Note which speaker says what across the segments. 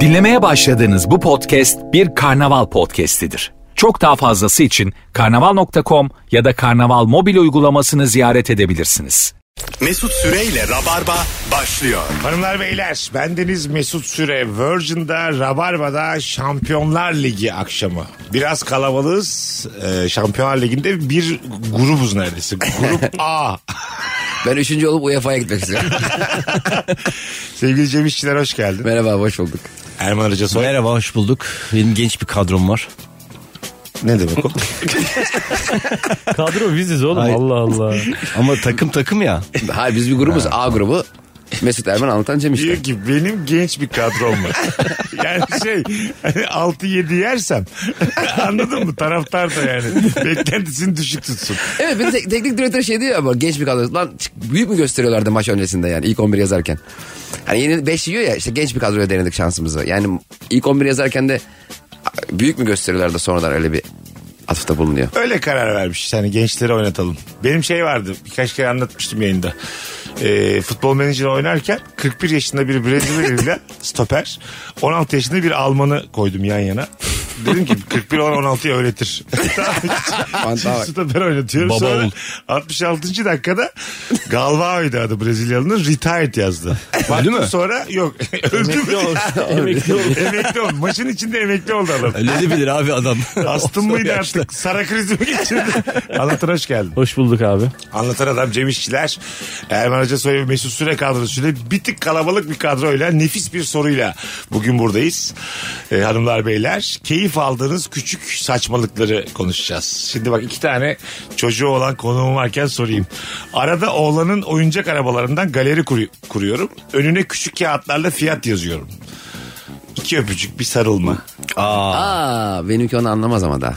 Speaker 1: Dinlemeye başladığınız bu podcast bir karnaval podcastidir. Çok daha fazlası için karnaval.com ya da karnaval mobil uygulamasını ziyaret edebilirsiniz.
Speaker 2: Mesut Süreyle Rabarba başlıyor.
Speaker 3: Hanımlar beyler bendeniz Mesut Süre Virgin'da Rabarba'da Şampiyonlar Ligi akşamı. Biraz kalabalığız Ee, Şampiyonlar Ligi'nde bir grubuz neredeyse. Grup A.
Speaker 4: Ben üçüncü olup UEFA'ya gitmek istiyorum.
Speaker 3: Sevgili Cem İşçiler hoş geldin.
Speaker 4: Merhaba, hoş bulduk.
Speaker 3: Erman Arıca Soy.
Speaker 5: Merhaba hoş bulduk. Benim genç bir kadrom var.
Speaker 3: Ne demek o?
Speaker 6: Kadro biziz oğlum
Speaker 5: Ay.
Speaker 6: Allah Allah.
Speaker 5: Ama takım takım ya.
Speaker 4: Hayır biz bir grubuz, A grubu. Mesut Erman Anlatan Cem işte.
Speaker 3: Diyor ki benim genç bir kadrom var. yani şey hani 6-7 yersem anladın mı? Taraftar da yani beklentisini düşük tutsun.
Speaker 4: Evet bir tek- teknik direktör şey diyor ama genç bir kadro. Lan çık- büyük mü gösteriyorlardı maç öncesinde yani ilk 11 yazarken. Hani yeni 5 yiyor ya işte genç bir kadroya denedik şansımızı. Yani ilk 11 yazarken de a, büyük mü gösteriyorlardı sonradan öyle bir atıfta bulunuyor.
Speaker 3: Öyle karar vermiş. Yani gençleri oynatalım. Benim şey vardı. Birkaç kere anlatmıştım yayında. Ee, futbol menajer oynarken 41 yaşında bir Brezilyalı stoper 16 yaşında bir Alman'ı koydum yan yana. Dedim ki 41 olan 16'yı öğretir. Tamam.
Speaker 4: Mantığa bak.
Speaker 3: stoper oynatıyorum.
Speaker 5: Baba
Speaker 3: Sonra
Speaker 5: oğul.
Speaker 3: 66. dakikada Galvao'ydu adı Brezilyalı'nın. Retired yazdı. Baktım
Speaker 5: mü?
Speaker 3: Sonra yok. Öldü mü?
Speaker 6: Emekli ol. Emekli ol.
Speaker 3: emekli oldu. Maçın içinde emekli oldu adam.
Speaker 5: Öyle de bilir abi adam.
Speaker 3: Astım mıydı artık? Sara krizi mi geçirdi? Anlatan hoş geldin.
Speaker 6: Hoş bulduk abi.
Speaker 3: Anlatan adam Cem İşçiler. Erman Hoca Soy ve Mesut Süre kadrosuyla bir tık kalabalık bir kadroyla nefis bir soruyla bugün buradayız. Ee, hanımlar beyler keyif aldığınız küçük saçmalıkları konuşacağız. Şimdi bak iki tane çocuğu olan konuğum varken sorayım. Arada oğlanın oyuncak arabalarından galeri kuru- kuruyorum. Önüne küçük kağıtlarla fiyat yazıyorum. İki öpücük bir sarılma.
Speaker 4: Aa benimki onu anlamaz ama daha.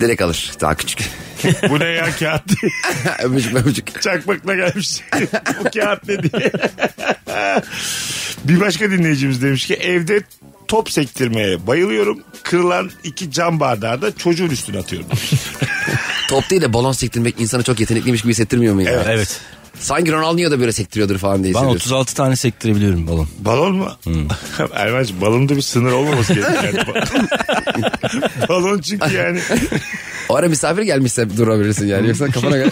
Speaker 4: Direkt alır daha küçük.
Speaker 3: Bu ne ya kağıt
Speaker 4: öpücük öpücük.
Speaker 3: Çakmakla gelmiş. Bu kağıt ne diye. bir başka dinleyicimiz demiş ki evde top sektirmeye bayılıyorum. Kırılan iki cam bardağı da çocuğun üstüne atıyorum.
Speaker 4: Top değil de balon sektirmek insanı çok yetenekliymiş gibi hissettirmiyor mu ya?
Speaker 5: evet.
Speaker 4: Sanki Ronaldinho da böyle sektiriyordur falan diye
Speaker 5: Ben
Speaker 4: hissediyorsun.
Speaker 5: 36 tane sektirebiliyorum balon.
Speaker 3: Balon mu? Erman'cığım balonun da bir sınır olmaması gerekiyor. Yani. Balon çünkü yani.
Speaker 4: O ara misafir gelmişse durabilirsin yani. Yoksa kafana göre.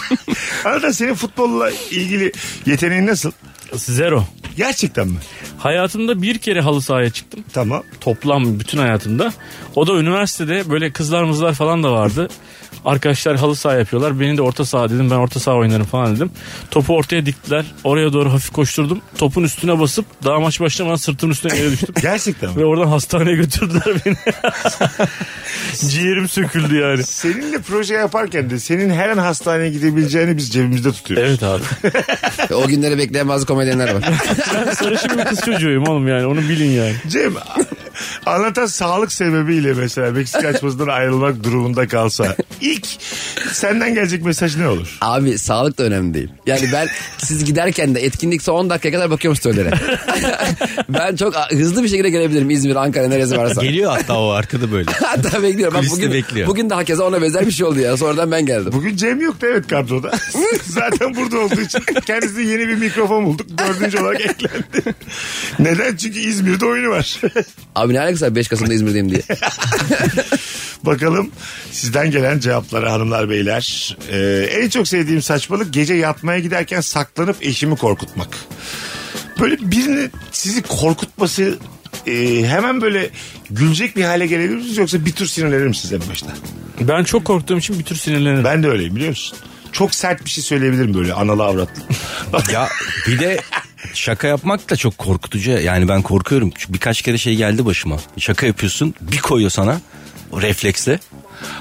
Speaker 3: Arada senin futbolla ilgili yeteneğin nasıl?
Speaker 6: Zero.
Speaker 3: Gerçekten mi?
Speaker 6: Hayatımda bir kere halı sahaya çıktım.
Speaker 3: Tamam.
Speaker 6: Toplam bütün hayatımda. O da üniversitede böyle kızlar mızlar falan da vardı. Arkadaşlar halı saha yapıyorlar. Beni de orta saha dedim. Ben orta saha oynarım falan dedim. Topu ortaya diktiler. Oraya doğru hafif koşturdum. Topun üstüne basıp daha maç başlamadan sırtımın üstüne yere düştüm.
Speaker 3: Gerçekten mi?
Speaker 6: Ve oradan hastaneye götürdüler beni. Ciğerim söküldü yani.
Speaker 3: Seninle proje yaparken de senin her an hastaneye gidebileceğini biz cebimizde tutuyoruz.
Speaker 6: Evet abi.
Speaker 4: o günleri bekleyen bazı komedyenler var.
Speaker 6: Ben sarışın bir kız çocuğuyum oğlum yani onu bilin yani.
Speaker 3: Cem anlatan sağlık sebebiyle mesela Meksika açmasından ayrılmak durumunda kalsa ilk senden gelecek mesaj ne olur?
Speaker 4: Abi sağlık da önemli değil. Yani ben siz giderken de etkinlik son 10 dakikaya kadar bakıyorum storylere. ben çok a- hızlı bir şekilde gelebilirim İzmir, Ankara neresi varsa.
Speaker 5: Geliyor hatta o arkada böyle.
Speaker 4: Hatta bekliyorum. Bak
Speaker 5: Kuliste
Speaker 4: bugün,
Speaker 5: bekliyor.
Speaker 4: bugün de hakeza ona benzer bir şey oldu ya. Sonradan ben geldim.
Speaker 3: Bugün Cem yoktu evet kadroda. Zaten burada olduğu için kendisine yeni bir mikrofon bulduk. Dördüncü olarak eklendi. Neden? Çünkü İzmir'de oyunu var.
Speaker 4: Abi ne alakası var 5 Kasım'da İzmir'deyim diye.
Speaker 3: Bakalım sizden gelen cevaplara hanımlar beyler. Ee, en çok sevdiğim saçmalık gece yatmaya giderken saklanıp eşimi korkutmak. Böyle birinin sizi korkutması e, hemen böyle gülecek bir hale gelebilir misiniz yoksa bir tür sinirlenir misiniz en başta?
Speaker 6: Ben çok korktuğum için bir tür sinirlenirim.
Speaker 3: Ben de öyleyim biliyor musun? Çok sert bir şey söyleyebilirim böyle analı avratlı.
Speaker 5: Ya bir de şaka yapmak da çok korkutucu. Yani ben korkuyorum. Çünkü Birkaç kere şey geldi başıma. Şaka yapıyorsun bir koyuyor sana. O refleksle.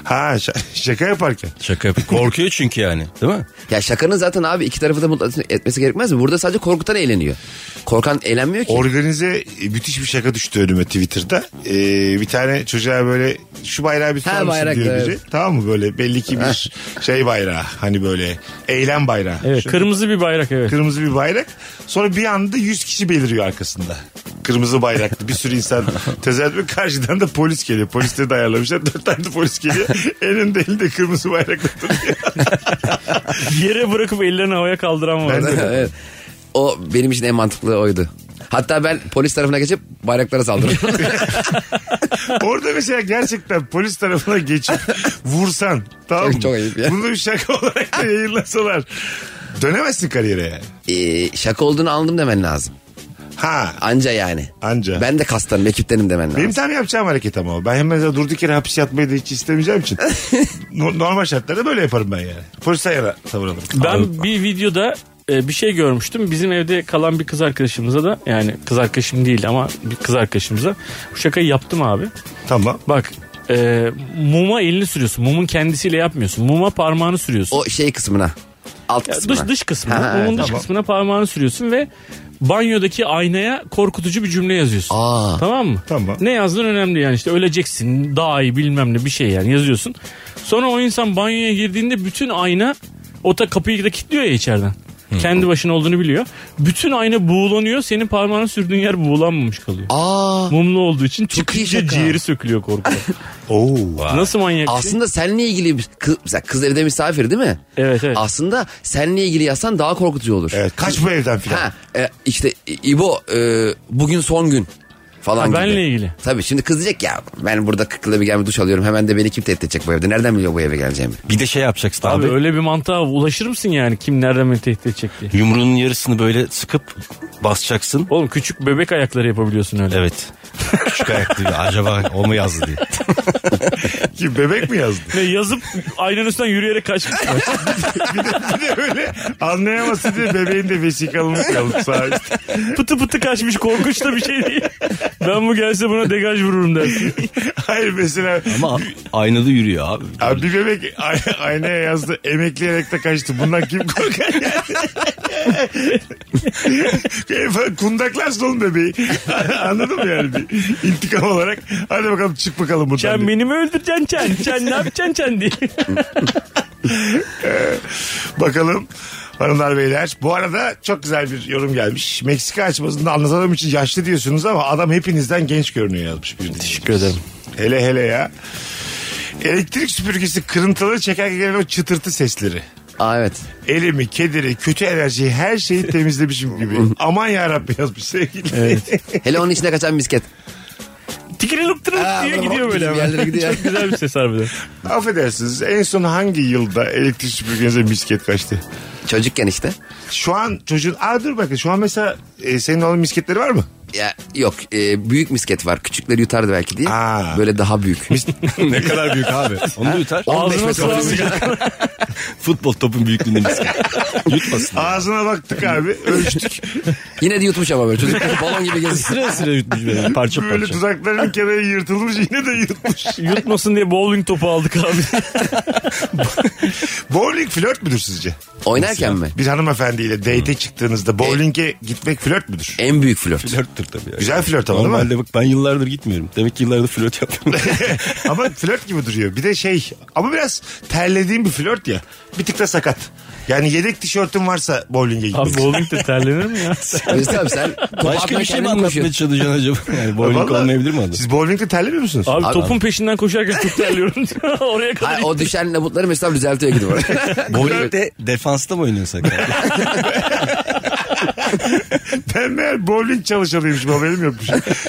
Speaker 3: ha ş- şaka yaparken.
Speaker 5: Şaka yapıyor. Korkuyor çünkü yani. Değil mi?
Speaker 4: Ya şakanın zaten abi iki tarafı da mutlu etmesi gerekmez mi? Burada sadece korkutan eğleniyor. Korkan eğlenmiyor ki.
Speaker 3: Organize e, müthiş bir şaka düştü önüme Twitter'da. Ee, bir tane çocuğa böyle şu bayrağı bir
Speaker 4: Ha,
Speaker 3: tutar mısın
Speaker 4: bayrak,
Speaker 3: diyor biri.
Speaker 4: evet.
Speaker 3: Tamam mı böyle belli ki bir şey bayrağı hani böyle eylem bayrağı.
Speaker 6: Evet,
Speaker 3: Şu
Speaker 6: kırmızı bir bayrak evet.
Speaker 3: Kırmızı bir bayrak. Sonra bir anda 100 kişi beliriyor arkasında. Kırmızı bayraklı bir sürü insan tezahürat karşıdan da polis geliyor. Polisleri de ayarlamışlar. Dört tane de polis geliyor. Elinde elinde kırmızı bayrakla duruyor.
Speaker 6: Yere bırakıp ellerini havaya kaldıran var.
Speaker 3: Ben de-
Speaker 4: Evet. O benim için en mantıklı oydu. Hatta ben polis tarafına geçip bayraklara saldırırım.
Speaker 3: Orada mesela gerçekten polis tarafına geçip vursan tamam mı?
Speaker 4: Çok- çok ayıp ya.
Speaker 3: Bunu bir şaka olarak da yayınlasalar. Dönemezsin kariyere yani.
Speaker 4: Ee, şaka olduğunu anladım demen lazım.
Speaker 3: Ha
Speaker 4: Anca yani.
Speaker 3: Anca.
Speaker 4: Ben de kastanım ekiptenim demen lazım.
Speaker 3: Benim tam yapacağım hareket ama o. Ben hem mesela durduk yere hapis yatmayı da hiç istemeyeceğim için. No- Normal şartlarda böyle yaparım ben yani. Polise yana tavır alırım.
Speaker 6: Ben bir videoda e, bir şey görmüştüm. Bizim evde kalan bir kız arkadaşımıza da yani kız arkadaşım değil ama bir kız arkadaşımıza bu şakayı yaptım abi.
Speaker 3: Tamam.
Speaker 6: Bak e, muma elini sürüyorsun. Mumun kendisiyle yapmıyorsun. Muma parmağını sürüyorsun.
Speaker 4: O şey kısmına. Alt
Speaker 6: Ya
Speaker 4: kısmına.
Speaker 6: dış dış
Speaker 4: Ha,
Speaker 6: kısmına.
Speaker 4: ha,
Speaker 6: Mumun dış kısmına parmağını sürüyorsun ve banyodaki aynaya korkutucu bir cümle yazıyorsun.
Speaker 4: Aa.
Speaker 6: Tamam mı?
Speaker 3: Tamam.
Speaker 6: Ne yazdığın önemli yani işte öleceksin daha iyi bilmem ne bir şey yani yazıyorsun. Sonra o insan banyoya girdiğinde bütün ayna o da kapıyı da kilitliyor ya içeriden. Kendi başına olduğunu biliyor. Bütün ayna buğulanıyor. Senin parmağını sürdüğün yer buğulanmamış kalıyor.
Speaker 4: Aa.
Speaker 6: Mumlu olduğu için
Speaker 4: Çok iyi
Speaker 6: çıkınca
Speaker 4: Ah. şaka. Oh,
Speaker 6: ciğeri sökülüyor korkudan.
Speaker 3: Oo.
Speaker 6: Nasıl manyak bir şey?
Speaker 4: Aslında seninle ilgili bir kız, mesela kız evde misafir değil mi?
Speaker 6: Evet, evet.
Speaker 4: Aslında seninle ilgili yazsan daha korkutucu olur.
Speaker 3: Evet, kaç bu evden filan.
Speaker 4: Ha, e, işte İbo e, bugün son gün falan
Speaker 6: Ha, benle
Speaker 4: gibi.
Speaker 6: ilgili.
Speaker 4: Tabii şimdi kız diyecek ya ben burada kırkla bir gelme duş alıyorum hemen de beni kim tehdit edecek bu evde nereden biliyor bu eve geleceğimi?
Speaker 5: Bir de şey yapacaksın
Speaker 6: Abi,
Speaker 5: abi.
Speaker 6: öyle bir mantığa ulaşır mısın yani kim nereden beni tehdit edecek diye.
Speaker 5: Yumruğunun yarısını böyle sıkıp basacaksın.
Speaker 6: Oğlum küçük bebek ayakları yapabiliyorsun öyle.
Speaker 5: Evet. Küçük ayaklı bir, acaba o mu yazdı diye.
Speaker 3: Ki bebek mi yazdı?
Speaker 6: Ne yazıp aynanın üstünden yürüyerek kaçmışlar.
Speaker 3: Bir de öyle anlayaması diye bebeğin de vesikalını çalıp sağ üstte.
Speaker 6: pıtı pıtı kaçmış korkunç da bir şey değil. Ben bu gelse buna degaj vururum dersin.
Speaker 3: Hayır mesela
Speaker 5: Ama aynada yürüyor abi.
Speaker 3: abi bir bebek ay- aynaya yazdı emekleyerek de kaçtı. Bundan kim korkar yani? Kundaklarsın oğlum bebeği. Anladın mı yani? Bir intikam olarak. Hadi bakalım çık bakalım buradan. diye.
Speaker 6: Sen beni mi öldüreceksin Çen? Çen ne yapacaksın Çen diye.
Speaker 3: Bakalım hanımlar beyler. Bu arada çok güzel bir yorum gelmiş. Meksika açmasında anlatalım için yaşlı diyorsunuz ama adam hepinizden genç görünüyor yazmış bir dinleyicimiz.
Speaker 6: Teşekkür ederim.
Speaker 3: Hele hele ya. Elektrik süpürgesi kırıntıları çekerken gelen o çıtırtı sesleri.
Speaker 4: Aa evet.
Speaker 3: Elimi, kederi, kötü enerjiyi her şeyi temizlemişim gibi. Aman yarabbim yazmış sevgili.
Speaker 4: Hele onun içine kaçan misket.
Speaker 6: Tikirilip tırılıp diye gidiyor böyle
Speaker 4: Bir yerlere
Speaker 6: hemen.
Speaker 4: gidiyor.
Speaker 6: Çok güzel bir ses harbiden.
Speaker 3: Affedersiniz en son hangi yılda elektrik süpürgenize misket kaçtı?
Speaker 4: Çocukken işte.
Speaker 3: Şu an çocuğun... Aa dur bakın şu an mesela e, senin oğlun misketleri var mı?
Speaker 4: Ya yok e, büyük misket var küçükleri yutardı belki diye.
Speaker 3: Aa.
Speaker 4: Böyle daha büyük.
Speaker 5: ne kadar büyük abi. Onu da yutar.
Speaker 4: 15
Speaker 6: Ağzına
Speaker 4: metre olması.
Speaker 6: sığamayacak.
Speaker 5: Futbol topun büyüklüğünde misket. Yutmasın.
Speaker 3: Ağzına baktık abi ölçtük.
Speaker 4: Yine de yutmuş ama böyle çocuk balon gibi geziyor.
Speaker 5: Sıra sıra yutmuş böyle parça
Speaker 3: Böyle
Speaker 5: parça.
Speaker 3: dudaklarının kenarı yırtılmış yine de yırtmış.
Speaker 6: Yutmasın diye bowling topu aldık abi.
Speaker 3: Bowling flört müdür sizce?
Speaker 4: Oynarken mi?
Speaker 3: Bir hanımefendiyle date'e çıktığınızda bowling'e gitmek flört müdür?
Speaker 4: En büyük flört.
Speaker 5: Flörttür tabii. yani.
Speaker 3: Güzel flört ama değil mi?
Speaker 5: Normalde bak ben yıllardır gitmiyorum. Demek ki yıllardır flört yapmıyorum.
Speaker 3: ama flört gibi duruyor. Bir de şey ama biraz terlediğim bir flört ya. Bir tık da sakat. Yani yedek tişörtün varsa bowling'e
Speaker 6: Abi
Speaker 3: gitmek.
Speaker 6: bowling de terlenir mi ya?
Speaker 4: Mesut abi sen topu
Speaker 5: Başka
Speaker 4: atmaya
Speaker 5: bir şey mi
Speaker 4: kendin
Speaker 5: anlatmaya
Speaker 4: koşuyorsun.
Speaker 5: çalışacaksın acaba? Yani bowling
Speaker 3: Vallahi-
Speaker 5: olmayabilir mi adam?
Speaker 3: Siz bowling'de terlemiyor musunuz?
Speaker 6: Abi, topun peşinden koşarken çok terliyorum. Oraya kadar.
Speaker 4: Hayır, o düşen labutları Mesut abi düzeltiyor gidiyor.
Speaker 5: Bowling'de defansta mı oynuyorsak?
Speaker 3: Ben meğer bowling çalışanıymışım haberim yokmuş.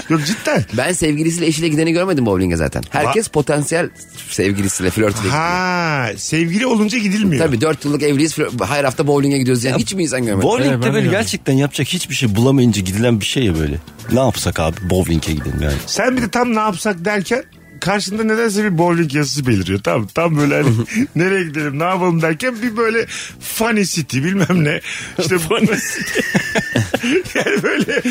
Speaker 3: Yok cidden.
Speaker 4: ben sevgilisiyle eşiyle gideni görmedim bowling'e zaten. Herkes potansiyel sevgilisiyle flörtüyle gidiyor.
Speaker 3: Ha sevgili olunca gidilmiyor.
Speaker 4: Tabii 4 yıllık evliyiz flört- her hafta bowling'e gidiyoruz yani hiç mi insan görmedim?
Speaker 6: Evet,
Speaker 5: Bowling'de
Speaker 6: ben
Speaker 5: böyle
Speaker 6: de
Speaker 5: gerçekten yapacak hiçbir şey bulamayınca gidilen bir şey ya böyle. Ne yapsak abi bowling'e gidelim yani.
Speaker 3: Sen bir de tam ne yapsak derken karşında nedense bir bowling yazısı beliriyor. Tam tam böyle hani nereye gidelim ne yapalım derken bir böyle funny city bilmem ne. İşte funny yani böyle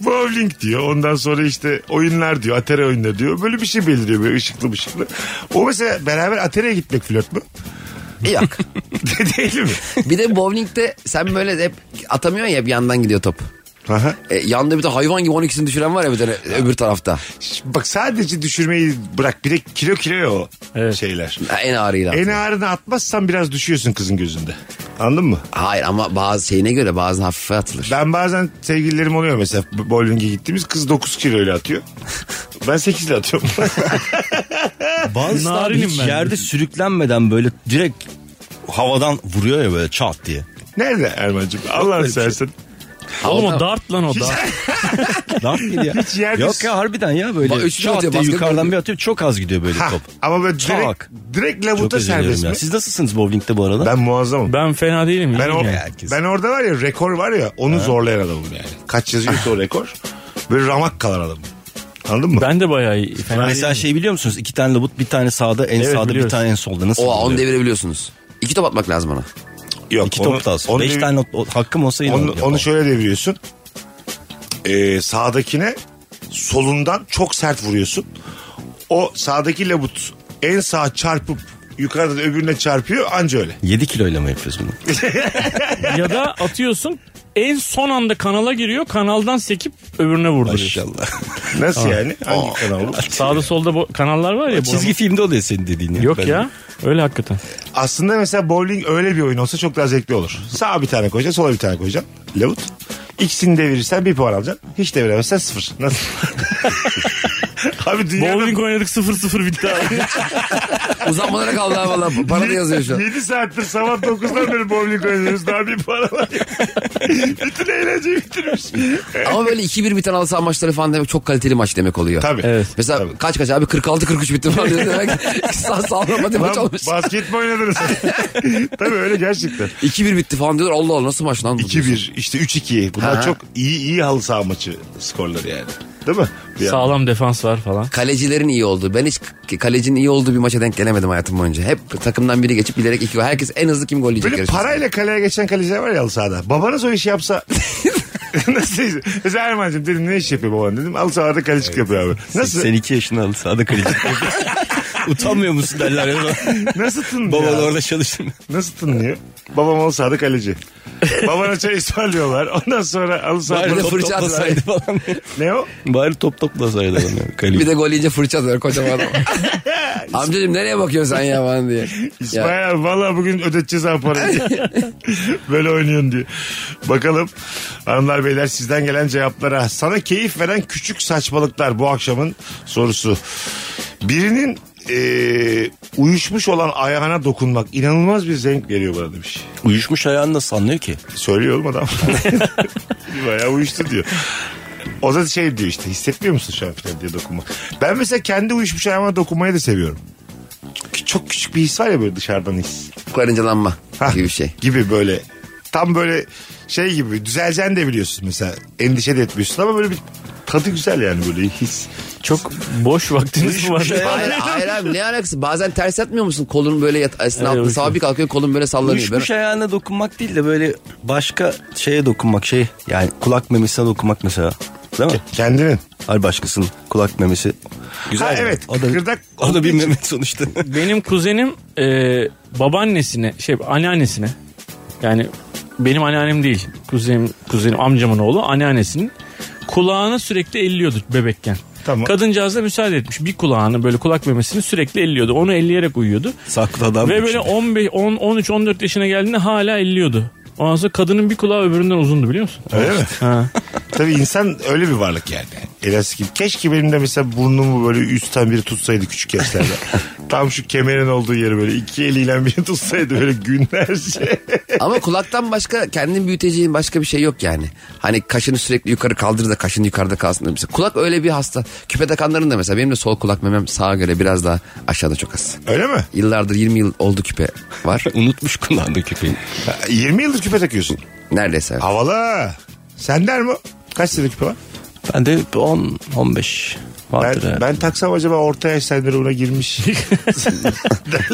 Speaker 3: bowling diyor. Ondan sonra işte oyunlar diyor. Atari oyunları diyor. Böyle bir şey beliriyor böyle ışıklı ışıklı. O mesela beraber Atere'ye gitmek flört mü?
Speaker 4: Yok.
Speaker 3: Değil mi?
Speaker 4: Bir de bowling'de sen böyle hep atamıyorsun ya hep yandan gidiyor top.
Speaker 3: Aha.
Speaker 4: E, yanda bir de hayvan gibi 12'sini düşüren var ya bir tane öbür tarafta.
Speaker 3: Ş- Bak sadece düşürmeyi bırak. Bir de kilo kilo ya o
Speaker 6: Evet.
Speaker 3: şeyler.
Speaker 4: Ha, En ağırıyla.
Speaker 3: En ağırını atmazsan biraz düşüyorsun kızın gözünde. Anladın mı?
Speaker 4: Hayır ama bazı şeyine göre bazı hafife atılır.
Speaker 3: Ben bazen sevgililerim oluyor mesela bowling'e gittiğimiz kız 9 kiloyla atıyor. Ben 8 ile atıyorum.
Speaker 5: Bazıları abi
Speaker 6: Narinim
Speaker 5: hiç
Speaker 6: ben.
Speaker 5: yerde sürüklenmeden böyle direkt havadan vuruyor ya böyle çat diye.
Speaker 3: Nerede Erman'cığım? Allah'ını
Speaker 5: Öyle bir şey.
Speaker 3: seversen.
Speaker 6: Oğlum o dart lan o dart.
Speaker 5: Ne yapayım ya?
Speaker 3: Hiç yer
Speaker 5: Yok
Speaker 3: misin?
Speaker 5: ya harbiden ya böyle.
Speaker 4: Bak, üçüncü
Speaker 5: Çat
Speaker 4: atıyor,
Speaker 5: diye
Speaker 4: basketbol
Speaker 5: yukarıdan
Speaker 4: gibi.
Speaker 5: bir atıyor çok az gidiyor böyle
Speaker 3: Ha,
Speaker 5: top.
Speaker 3: ama böyle direkt,
Speaker 5: Çak.
Speaker 3: direkt
Speaker 5: Çok
Speaker 3: lavuta
Speaker 5: özür diliyorum
Speaker 3: serbest mi?
Speaker 5: ya. Siz nasılsınız bowlingde bu arada?
Speaker 3: Ben muazzamım.
Speaker 6: Ben fena değilim.
Speaker 3: Ben,
Speaker 6: Ben
Speaker 3: o,
Speaker 5: herkes.
Speaker 3: ben orada var ya rekor var ya onu zorlayan adamım yani. Kaç yazıyorsa o rekor. Böyle ramak kalan adamım. Anladın mı?
Speaker 6: Ben de bayağı iyi. Fena
Speaker 5: Mesela şey biliyor musunuz? İki tane labut bir tane sağda en
Speaker 6: Evet,
Speaker 5: sağda
Speaker 6: biliyoruz.
Speaker 5: bir tane en solda. Nasıl
Speaker 4: Oha onu
Speaker 5: oluyor?
Speaker 4: devirebiliyorsunuz. İki top atmak lazım ona.
Speaker 3: Yok,
Speaker 5: İki top da alsın. Beş
Speaker 3: devir-
Speaker 5: tane o- hakkım olsa yine
Speaker 3: Onu,
Speaker 5: yaparım.
Speaker 3: onu şöyle deviriyorsun. Ee, sağdakine solundan çok sert vuruyorsun. O sağdaki labut en sağa çarpıp yukarıdan öbürüne çarpıyor anca öyle.
Speaker 5: 7 kiloyla mı yapıyoruz bunu?
Speaker 6: değil. Ya da atıyorsun en son anda kanala giriyor. Kanaldan sekip öbürüne vurduruyor.
Speaker 5: Maşallah.
Speaker 3: Nasıl yani? Hangi kanal bu?
Speaker 6: Sağda solda bu kanallar var ya.
Speaker 5: Çizgi filmde oluyor senin dediğin ya.
Speaker 6: Yok
Speaker 5: Ben-
Speaker 6: ya. Öyle hakikaten.
Speaker 3: Aslında mesela bowling öyle bir oyun olsa çok daha zevkli olur. Sağa bir tane koyacaksın, sola bir tane koyacaksın. Lavut. İkisini devirirsen bir puan alacaksın. Hiç deviremezsen sıfır. Nasıl? Abi dünyada
Speaker 6: Bowling oynadık 0-0 bitti abi.
Speaker 4: Uzatmalara kaldı ha valla. Para da yazıyor şu an.
Speaker 3: 7 saattir sabah 9'dan beri bowling oynuyoruz. Daha bir puan alamıyor. Bütün eğlenceyi bitirmiş.
Speaker 4: Ama böyle 2-1 biten halı saha maçları falan demek çok kaliteli maç demek oluyor.
Speaker 3: Tabii.
Speaker 6: Evet.
Speaker 4: Mesela
Speaker 3: Tabii.
Speaker 4: kaç kaç abi 46-43 bitti falan diyor. Demek sağ sağlam hadi maç
Speaker 3: Lan
Speaker 4: olmuş.
Speaker 3: basket mi oynadınız? Tabii öyle gerçekten.
Speaker 4: 2-1 bitti falan diyorlar. Allah Allah nasıl maç lan bu? diyorsun.
Speaker 3: 2-1 işte 3-2 bunlar
Speaker 4: Ha.
Speaker 3: çok iyi iyi halı saha maçı skorları yani. Değil mi? Bir yandan.
Speaker 6: Sağlam defans var falan.
Speaker 4: Kalecilerin iyi olduğu. Ben hiç k- kalecinin iyi olduğu bir maça denk gelemedim hayatım boyunca. Hep takımdan biri geçip bilerek iki gol. Herkes en hızlı kim gol yiyecek
Speaker 3: Böyle
Speaker 4: yarışmasında.
Speaker 3: parayla kaleye geçen kaleciler var ya halı sahada. Babanız o işi yapsa nasıl? Mesela Erman'cığım dedim ne iş yapıyor baban dedim. Halı sahada kalecilik yapıyor abi. Nasıl?
Speaker 5: Sen 2 yaşında alı sağda kaleci. Utanmıyor musun derler ya.
Speaker 3: Nasıl tınlıyor?
Speaker 5: Baban orada çalıştın.
Speaker 3: Nasıl tınlıyor? Babam halı sahada kaleci. Babana çay ısmarlıyorlar. Ondan sonra halı
Speaker 5: Bari
Speaker 3: sahada
Speaker 4: Böyle
Speaker 5: top
Speaker 4: fırça atın
Speaker 5: toplasaydı falan.
Speaker 3: ne o?
Speaker 5: Bari top toplasaydı adam ya.
Speaker 4: Bir
Speaker 5: Kaleci.
Speaker 4: de gol yiyince fırça atıyor kocaman adam. Amcacığım nereye bakıyorsun sen ya bana diye. Ya,
Speaker 3: İsmail abi valla bugün ödeteceğiz ha parayı. Böyle oynuyorsun diye. Bakalım hanımlar beyler sizden gelen cevaplara. Sana keyif veren küçük saçmalıklar bu akşamın sorusu. Birinin eee, uyuşmuş olan ayağına dokunmak inanılmaz bir zevk veriyor bana demiş.
Speaker 5: Uyuşmuş ayağını nasıl anlıyor ki?
Speaker 3: Söylüyor oğlum adam. Bayağı uyuştu diyor. O da şey diyor işte hissetmiyor musun şu an falan diye dokunma. Ben mesela kendi uyuşmuş ayağıma dokunmayı da seviyorum. Çok küçük bir his var ya böyle dışarıdan his.
Speaker 4: karıncalanma
Speaker 3: Hah,
Speaker 4: gibi bir şey.
Speaker 3: Gibi böyle tam böyle şey gibi düzeleceğini de biliyorsun mesela. Endişe de etmiyorsun ama böyle bir tadı güzel yani böyle his.
Speaker 6: Çok boş vaktiniz mi var?
Speaker 4: Hayır, hayır abi ne alakası? Bazen ters atmıyor musun? Kolun böyle yat, esnaf,
Speaker 6: Evet,
Speaker 4: altına sabah bir kalkıyor kolun böyle sallanıyor. Ben-
Speaker 5: Uyuşmuş ayağına dokunmak değil de böyle başka şeye dokunmak şey yani kulak memesine dokunmak mesela. Değil mi?
Speaker 3: Kendinin.
Speaker 5: Hayır başkasının kulak memesi. Güzel.
Speaker 3: Ha,
Speaker 5: yani.
Speaker 3: evet,
Speaker 5: O da,
Speaker 3: kıkırdak
Speaker 5: o da bir meme sonuçta.
Speaker 6: Benim kuzenim e, babaannesine şey anneannesine yani benim anneannem değil kuzenim kuzenim amcamın oğlu anneannesinin kulağını sürekli elliyordu bebekken.
Speaker 3: Tamam.
Speaker 6: Kadıncağız da müsaade etmiş. Bir kulağını böyle kulak memesini sürekli elliyordu. Onu elleyerek uyuyordu.
Speaker 5: Saklı adam.
Speaker 6: Ve
Speaker 5: bu
Speaker 6: böyle
Speaker 5: işte.
Speaker 6: 15 10 13 14 yaşına geldiğinde hala elliyordu. Ondan sonra kadının bir kulağı öbüründen uzundu biliyor musun?
Speaker 3: Öyle mi?
Speaker 6: Ha.
Speaker 3: Tabii insan öyle bir varlık yani. Elastik. gibi. Keşke benim de mesela burnumu böyle üstten biri tutsaydı küçük yaşlarda. Tam şu kemerin olduğu yeri böyle iki eliyle biri tutsaydı böyle günlerce.
Speaker 4: Ama kulaktan başka kendini büyüteceğin başka bir şey yok yani. Hani kaşını sürekli yukarı kaldır da kaşın yukarıda kalsın. da Mesela kulak öyle bir hasta. Küpe takanların da mesela benim de sol kulak memem sağa göre biraz daha aşağıda çok az.
Speaker 3: öyle mi?
Speaker 4: Yıllardır 20 yıl oldu küpe var.
Speaker 5: Unutmuş kullandığı köpeğini.
Speaker 3: 20 yıldır küpe takıyorsun.
Speaker 4: Neredeyse. evet.
Speaker 3: Havalı. Sen der mi? Kaç sene küpe var?
Speaker 5: Ben de 10 15 vardır
Speaker 3: Ben,
Speaker 5: herhalde.
Speaker 3: ben taksam acaba orta yaş sendromuna girmiş.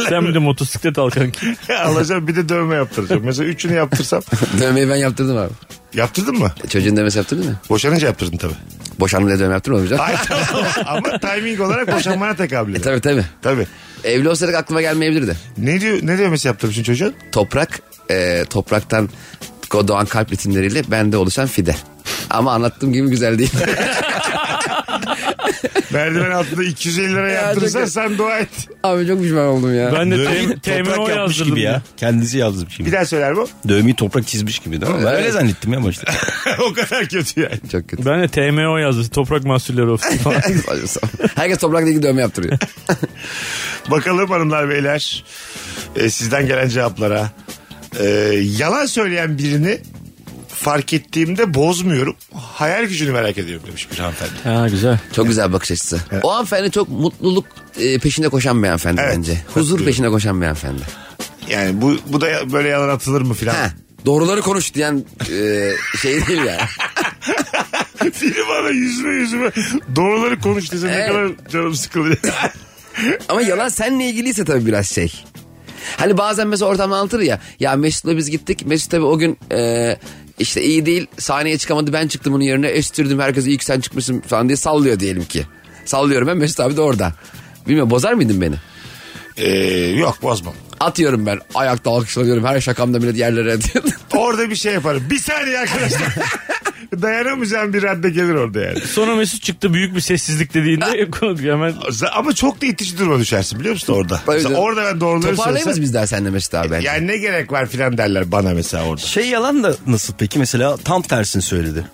Speaker 6: Sen bir de motosiklet al kanki.
Speaker 3: Alacağım bir de dövme yaptıracağım. Mesela üçünü yaptırsam.
Speaker 4: Dövmeyi ben yaptırdım abi.
Speaker 3: Yaptırdın mı?
Speaker 4: Çocuğun dövmesi yaptırdın mı?
Speaker 3: Boşanınca yaptırdın tabii.
Speaker 4: Boşanma ile dövme yaptırmadım canım.
Speaker 3: Ay tamam ama timing olarak boşanmana tekabül
Speaker 4: E
Speaker 3: eder.
Speaker 4: tabi tabi.
Speaker 3: Tabii.
Speaker 4: Evli olsaydık aklıma gelmeyebilirdi.
Speaker 3: Ne diyor ne diyor mesela yaptırmışsın çocuğa?
Speaker 4: Toprak, e, topraktan doğan kalp ritimleriyle bende oluşan fide. Ama anlattığım gibi güzel değil.
Speaker 3: Merdiven altında 250 lira yaptırırsan
Speaker 4: çok-
Speaker 3: sen dua et.
Speaker 4: abi çok pişman oldum ya.
Speaker 6: Ben de
Speaker 5: Dövmeyi
Speaker 6: tem- TMO
Speaker 5: toprak yapmış
Speaker 6: yazdırdım.
Speaker 5: gibi ya.
Speaker 6: ya.
Speaker 5: Kendisi yazmış gibi.
Speaker 3: Bir daha söyler bu.
Speaker 5: Dövmeyi toprak çizmiş gibi değil mi? Ben öyle zannettim ya başta.
Speaker 3: o kadar kötü yani.
Speaker 4: Çok kötü.
Speaker 6: Ben de TMO yazdım. Toprak mahsulleri ofisi falan.
Speaker 4: Saçma sapan. Herkes toprakla ilgili dövme yaptırıyor.
Speaker 3: Bakalım hanımlar beyler. Ee, e, sizden gelen cevaplara. E, yalan söyleyen Ee, birini fark ettiğimde bozmuyorum. Hayal gücünü merak ediyorum demiş bir hanımefendi.
Speaker 6: Ha güzel.
Speaker 4: Çok güzel bakış açısı. O hanımefendi çok mutluluk e, peşinde koşan bir hanımefendi
Speaker 3: Evet,
Speaker 4: bence. Huzur
Speaker 3: katılıyorum.
Speaker 4: peşinde koşan bir hanımefendi.
Speaker 3: Yani bu, bu da böyle yalan atılır mı filan.
Speaker 4: Ha, doğruları konuş diyen e, şey değil ya.
Speaker 3: Biri bana yüzme yüzme doğruları konuş dese ne
Speaker 4: Evet.
Speaker 3: kadar canım sıkılır.
Speaker 4: Ama yalan seninle ilgiliyse tabii biraz şey. Hani bazen mesela ortamda anlatır ya. Ya Mesut'la biz gittik. Mesut tabii o gün e, işte iyi değil. Sahneye çıkamadı ben çıktım onun yerine. Östürdüm herkese iyi ki sen çıkmışsın falan diye sallıyor diyelim ki. Sallıyorum ben Mesut abi de orada. Bilmiyorum bozar mıydın beni?
Speaker 3: ee, yok bozmam.
Speaker 4: Atıyorum ben. Ayakta alkışlanıyorum. Her şakamda millet yerlere atıyor.
Speaker 3: Orada bir şey yaparım. Bir saniye arkadaşlar. Dayanamayacağım bir radde gelir orada yani.
Speaker 6: Sonra Mesut çıktı büyük bir sessizlik dediğinde hemen
Speaker 3: Z- Ama çok da itici duruma düşersin biliyor musun orada?
Speaker 4: Tabii
Speaker 3: Mesela
Speaker 4: canım.
Speaker 3: orada ben doğruları
Speaker 4: Toparlayamayız
Speaker 3: söylesem.
Speaker 4: biz daha senle Mesut abi bence.
Speaker 3: Yani ne gerek var filan derler bana mesela orada.
Speaker 5: Şey yalan da nasıl peki mesela tam tersini söyledi.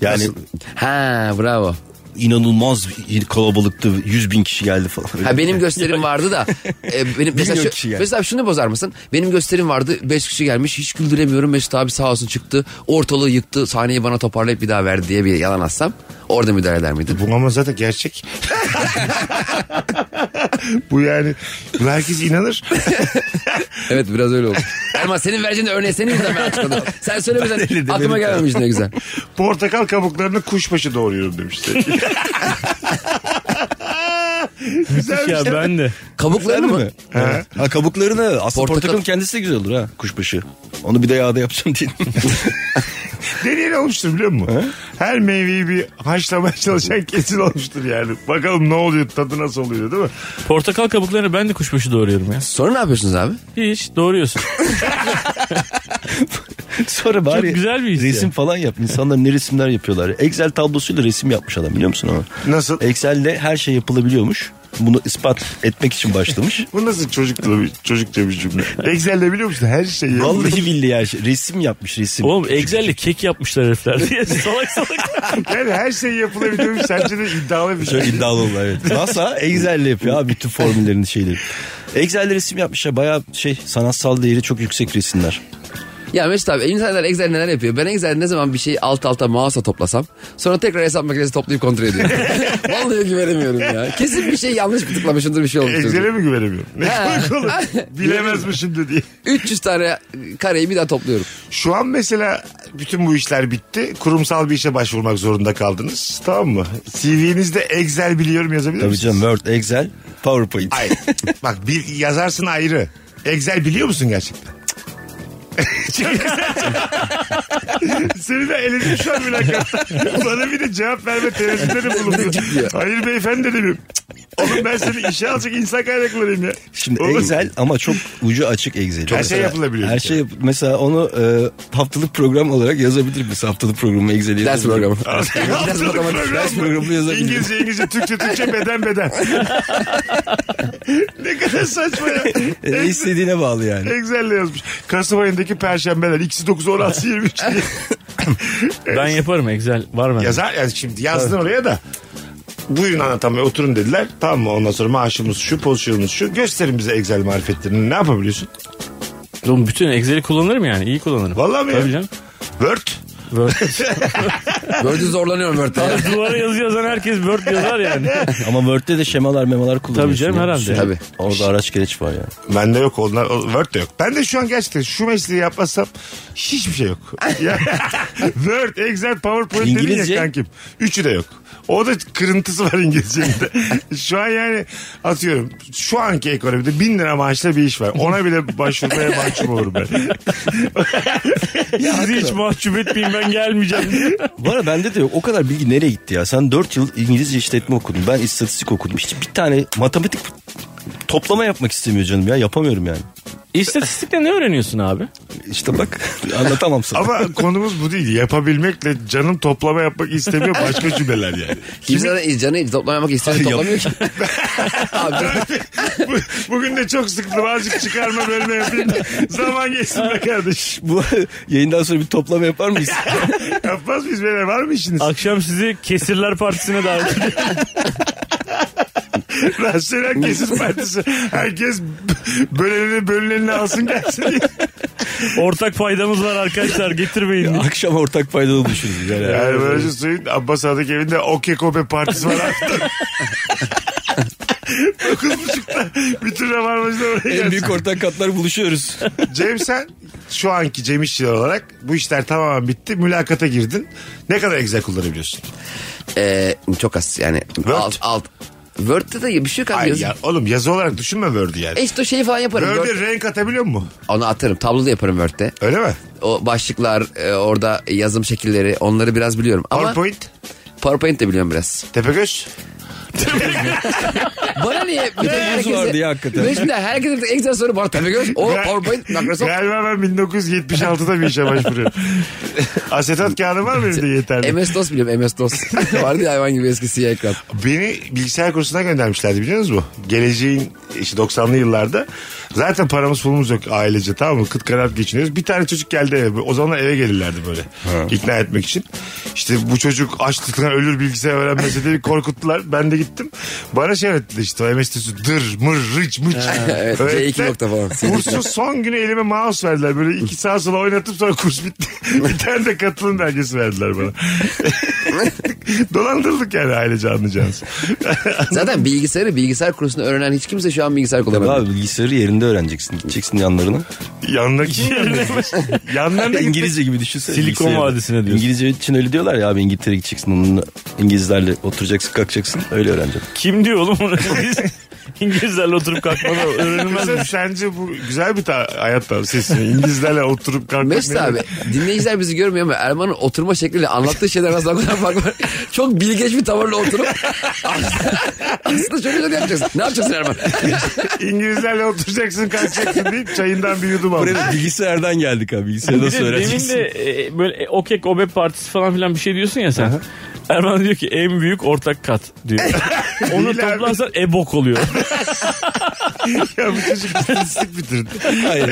Speaker 5: Yani
Speaker 4: Ha bravo.
Speaker 5: inanılmaz bir kalabalıktı. 100 bin kişi geldi falan.
Speaker 4: Ha benim gösterim vardı da e, benim mesela,
Speaker 5: Milyon
Speaker 4: şu-
Speaker 5: kişi geldi.
Speaker 4: mesela şunu bozar mısın? Benim gösterim vardı 5 kişi gelmiş hiç güldüremiyorum Mesut abi sağ olsun çıktı ortalığı yıktı sahneyi bana toparlayıp bir daha verdi diye bir yalan atsam orada müdahale eder miydin?
Speaker 3: Bu ama zaten gerçek. bu yani bu herkes inanır.
Speaker 4: Evet biraz öyle oldu. Erman senin vereceğin örneği senin yüzünden ben açıkladım. Sen söylemesen aklıma gelmemiş ne güzel.
Speaker 3: Portakal kabuklarını kuşbaşı doğruyorum demişti. Güzelmiş.
Speaker 6: ya ben de.
Speaker 4: Kabukları
Speaker 5: Değil
Speaker 4: mı?
Speaker 5: mi? Ha. ha kabuklarını aslında
Speaker 4: Portakal-
Speaker 5: portakalın kendisi de güzel olur ha kuşbaşı. Onu bir de yağda yapacağım diye.
Speaker 3: Deneyen olmuştur biliyor musun? Her meyveyi bir haşlamaya çalışan kesin olmuştur yani. Bakalım ne oluyor tadı nasıl oluyor değil mi?
Speaker 6: Portakal kabuklarını ben de kuşbaşı doğruyorum ya.
Speaker 4: Sonra ne yapıyorsunuz abi?
Speaker 6: Hiç doğruyorsun.
Speaker 5: Sonra bari
Speaker 6: Çok güzel bir his
Speaker 5: resim
Speaker 6: ya.
Speaker 5: falan yap. İnsanlar ne resimler yapıyorlar. Excel tablosuyla resim yapmış adam biliyor musun ama?
Speaker 3: Nasıl?
Speaker 5: Excel'le her şey yapılabiliyormuş. Bunu ispat etmek için başlamış.
Speaker 3: Bu nasıl çocuklu bir, çocukça bir cümle? Excel'de biliyor musun her şey şeyi?
Speaker 5: Vallahi billahi her şey. Resim yapmış resim.
Speaker 6: Oğlum Excel'le kek yapmışlar herifler diye salak salak.
Speaker 3: Yani her şey yapılabiliyormuş. Sence de iddialı bir şey.
Speaker 5: Şöyle iddialı oldu evet. NASA Excel'le yapıyor abi bütün formüllerini şeyleri. Excel'le resim yapmışlar. Baya şey sanatsal değeri çok yüksek resimler.
Speaker 4: Ya Mesut abi insanlar Excel neler yapıyor? Ben Excel ne zaman bir şeyi alt alta mouse'a toplasam sonra tekrar hesap makinesi toplayıp kontrol ediyorum. Vallahi güvenemiyorum ya. Kesin bir şey yanlış bir tıklamışımdır bir şey olmuştur.
Speaker 3: Excel'e mi güvenemiyorum? Ne
Speaker 4: Ha.
Speaker 3: komik olur. Bilemez mi şimdi diye.
Speaker 4: 300 tane kareyi bir daha topluyorum.
Speaker 3: Şu an mesela bütün bu işler bitti. Kurumsal bir işe başvurmak zorunda kaldınız. Tamam mı? CV'nizde Excel biliyorum yazabilir
Speaker 5: Tabii
Speaker 3: misiniz?
Speaker 5: canım Word, Excel, PowerPoint.
Speaker 3: Hayır. Bak bir yazarsın ayrı. Excel biliyor musun gerçekten? Seni de eledim şu an mülakatta. Bana bir de cevap verme tereddütleri bulundu. Hayır beyefendi dedim. Cık. Oğlum ben seni işe alacak insan kaynaklarıyım ya.
Speaker 5: Şimdi
Speaker 3: Oğlum,
Speaker 5: Excel ama çok ucu açık Excel.
Speaker 3: Her şey yapılabiliyor.
Speaker 5: Her şey yap- mesela onu e, haftalık program olarak yazabilir misin? Haftalık programı Excel'e
Speaker 4: Ders
Speaker 5: yazabilir.
Speaker 4: programı.
Speaker 3: Haftalık
Speaker 5: programı-
Speaker 3: program
Speaker 5: ders
Speaker 3: mı?
Speaker 5: programı yazabilirim.
Speaker 3: İngilizce İngilizce Türkçe Türkçe beden beden. ne kadar saçma ya.
Speaker 5: E, istediğine bağlı yani.
Speaker 3: Excel'le yazmış. Kasım ayındaki perşembeler. İkisi 9, 16, 23 diye.
Speaker 6: Ben yaparım Excel var mı?
Speaker 3: Yazar yani şimdi yazdın oraya da. Buyurun anlatamaya oturun dediler. Tamam mı? Ondan sonra maaşımız şu, pozisyonumuz şu. Gösterin bize Excel marifetlerini. Ne yapabiliyorsun?
Speaker 6: Oğlum bütün Excel'i kullanırım yani iyi kullanırım.
Speaker 3: Vallahi mi ya?
Speaker 6: Tabii canım.
Speaker 3: Word.
Speaker 6: Word.
Speaker 4: Word'ü zorlanıyorum Word'de. ya.
Speaker 6: Duvara yazı yazan herkes Word yazar yani.
Speaker 5: Ama Word'de de şemalar memalar kullanıyorsun.
Speaker 6: canım,
Speaker 5: yani.
Speaker 6: herhalde.
Speaker 5: Sürekli
Speaker 4: Tabii.
Speaker 5: Orada araç gereç var ya.
Speaker 3: Bende yok onlar. o- Word de yok. Ben de şu an gerçekten şu mesleği yapmasam hiçbir şey yok. Ya, Word, Excel, PowerPoint dedin
Speaker 5: İngilizce?
Speaker 3: ya kankim. Üçü de yok. O da kırıntısı var İngilizce'de. şu an yani atıyorum şu anki ekonomide bin lira maaşla bir iş var. Ona bile başvurmaya mahcup olurum ben.
Speaker 6: Sizi hiç mahcup etmeyin ben gelmeyeceğim diye.
Speaker 5: Bu arada bende de yok. O kadar bilgi nereye gitti ya? Sen 4 yıl İngilizce işletme okudun. Ben istatistik okudum. Hiç bir tane matematik toplama yapmak istemiyor canım ya. Yapamıyorum yani.
Speaker 6: İstatistikle ne öğreniyorsun abi?
Speaker 5: İşte bak anlatamam sana.
Speaker 3: Ama konumuz bu değil. Yapabilmekle canım toplama yapmak istemiyor başka cümleler yani.
Speaker 4: Kimse zaten canı toplamak istiyor toplamıyor ki. Abi,
Speaker 3: Bu- Bugün de çok sıktım azıcık çıkarma bölme yapayım. da Zaman geçsin be kardeşim.
Speaker 5: Bu yayından sonra bir toplama yapar mıyız?
Speaker 3: Yapmaz mıyız böyle var mı işiniz?
Speaker 6: Akşam sizi Kesirler Partisi'ne davet ediyorum.
Speaker 3: Rasyonel Herkesin Partisi. Herkes b- bölenini bölünenini alsın gelsin diye.
Speaker 6: Ortak faydamız var arkadaşlar getirmeyin. diye.
Speaker 5: Akşam ortak faydalı buluşuruz. Yani.
Speaker 3: Erman Hoca Soy'un Abbas Ağa'daki evinde okey kope partisi var artık. Dokuz buçukta bütün rabarbacılar oraya
Speaker 5: en
Speaker 3: gelsin.
Speaker 5: büyük ortak katlar buluşuyoruz.
Speaker 3: Cem sen şu anki Cem İşçiler olarak bu işler tamamen bitti. Mülakata girdin. Ne kadar Excel kullanabiliyorsun?
Speaker 4: Ee, çok az yani.
Speaker 3: Word?
Speaker 4: Alt, alt. Word'da da bir şey
Speaker 3: Ay
Speaker 4: kalmıyor.
Speaker 3: ya, oğlum yazı olarak düşünme Word'ü yani.
Speaker 4: E işte o şeyi falan yaparım.
Speaker 3: Word'e
Speaker 4: Word-
Speaker 3: renk atabiliyor mu?
Speaker 4: Onu atarım. Tabloda yaparım Word'de.
Speaker 3: Öyle mi?
Speaker 4: O başlıklar, e, orada yazım şekilleri onları biraz biliyorum. Ama PowerPoint,
Speaker 3: PowerPoint,
Speaker 4: de biliyorum biraz.
Speaker 3: Tepegöz.
Speaker 4: Bana niye? Bir de herkese-
Speaker 5: vardı ya hakikaten.
Speaker 4: Ve şimdi herkese bir Excel soru bana tabii göz. O
Speaker 3: Gal-
Speaker 4: PowerPoint, Microsoft.
Speaker 3: Galiba ben 1976'da bir işe başvuruyorum. Asetat kağıdı var mı evde yeterli?
Speaker 4: MS-DOS biliyorum MS-DOS. Vardı ya hayvan gibi eski siyah ekran.
Speaker 3: Beni bilgisayar kursuna göndermişlerdi biliyor musunuz bu? Geleceğin işte 90'lı yıllarda. Zaten paramız pulumuz yok ailece tamam mı? Kıt kanaat geçiniyoruz. Bir tane çocuk geldi eve. O zamanlar eve gelirlerdi böyle. ikna etmek için. İşte bu çocuk açlıktan ölür bilgisayar öğrenmese diye bir korkuttular. Ben de gittim. Bana şey öğrettiler işte o MS'si dır mır rıç mıç.
Speaker 4: evet, C2 nokta falan.
Speaker 3: Kursun son günü elime mouse verdiler. Böyle iki sağa sola oynatıp sonra kurs bitti. bir tane de katılım belgesi verdiler bana. Dolandırdık yani ailece anlayacağınız.
Speaker 4: Zaten bilgisayarı bilgisayar kursunda öğrenen hiç kimse şu an bilgisayar kullanamıyor.
Speaker 5: Abi bilgisayarı yerinde öğreneceksin. Gideceksin yanlarına.
Speaker 3: Yanındaki yanlarına gittik.
Speaker 5: İngilizce gibi düşünsene.
Speaker 6: Silikon
Speaker 5: bilgisayarı.
Speaker 6: Vadisi'ne diyorsun.
Speaker 5: İngilizce için öyle diyorlar ya abi İngiltere'ye gideceksin. Onunla İngilizlerle oturacaksın kalkacaksın. Öyle öğreneceksin.
Speaker 6: Kim diyor oğlum onu? Biz İngilizlerle oturup kalkmada öğrenilmez.
Speaker 3: Mesela şey. sence bu güzel bir ta- hayat tavsiyesi. İngilizlerle oturup kalkmak.
Speaker 4: Mesut
Speaker 3: ne-
Speaker 4: abi dinleyiciler bizi görmüyor ama Erman'ın oturma şekliyle anlattığı şeyler arasında o kadar fark var. Çok bilgeç bir tavırla oturup aslında, aslında şöyle şöyle yapacaksın. Ne yapacaksın Erman?
Speaker 3: İngilizlerle oturacaksın kalkacaksın deyip çayından bir yudum aldım.
Speaker 5: Buraya da bilgisayardan geldik abi. Bilgisayarı
Speaker 6: Ah. Bir
Speaker 5: nasıl
Speaker 6: de demin
Speaker 5: öğreneceksin?
Speaker 6: de e, böyle e, okek obe partisi falan filan bir şey diyorsun ya sen. Erman diyor ki en büyük ortak kat diyor. Onu
Speaker 3: Değil abi.
Speaker 6: toplarsan ebok oluyor.
Speaker 3: ya bu çocuk istatistik bitirdi.
Speaker 5: Hayır.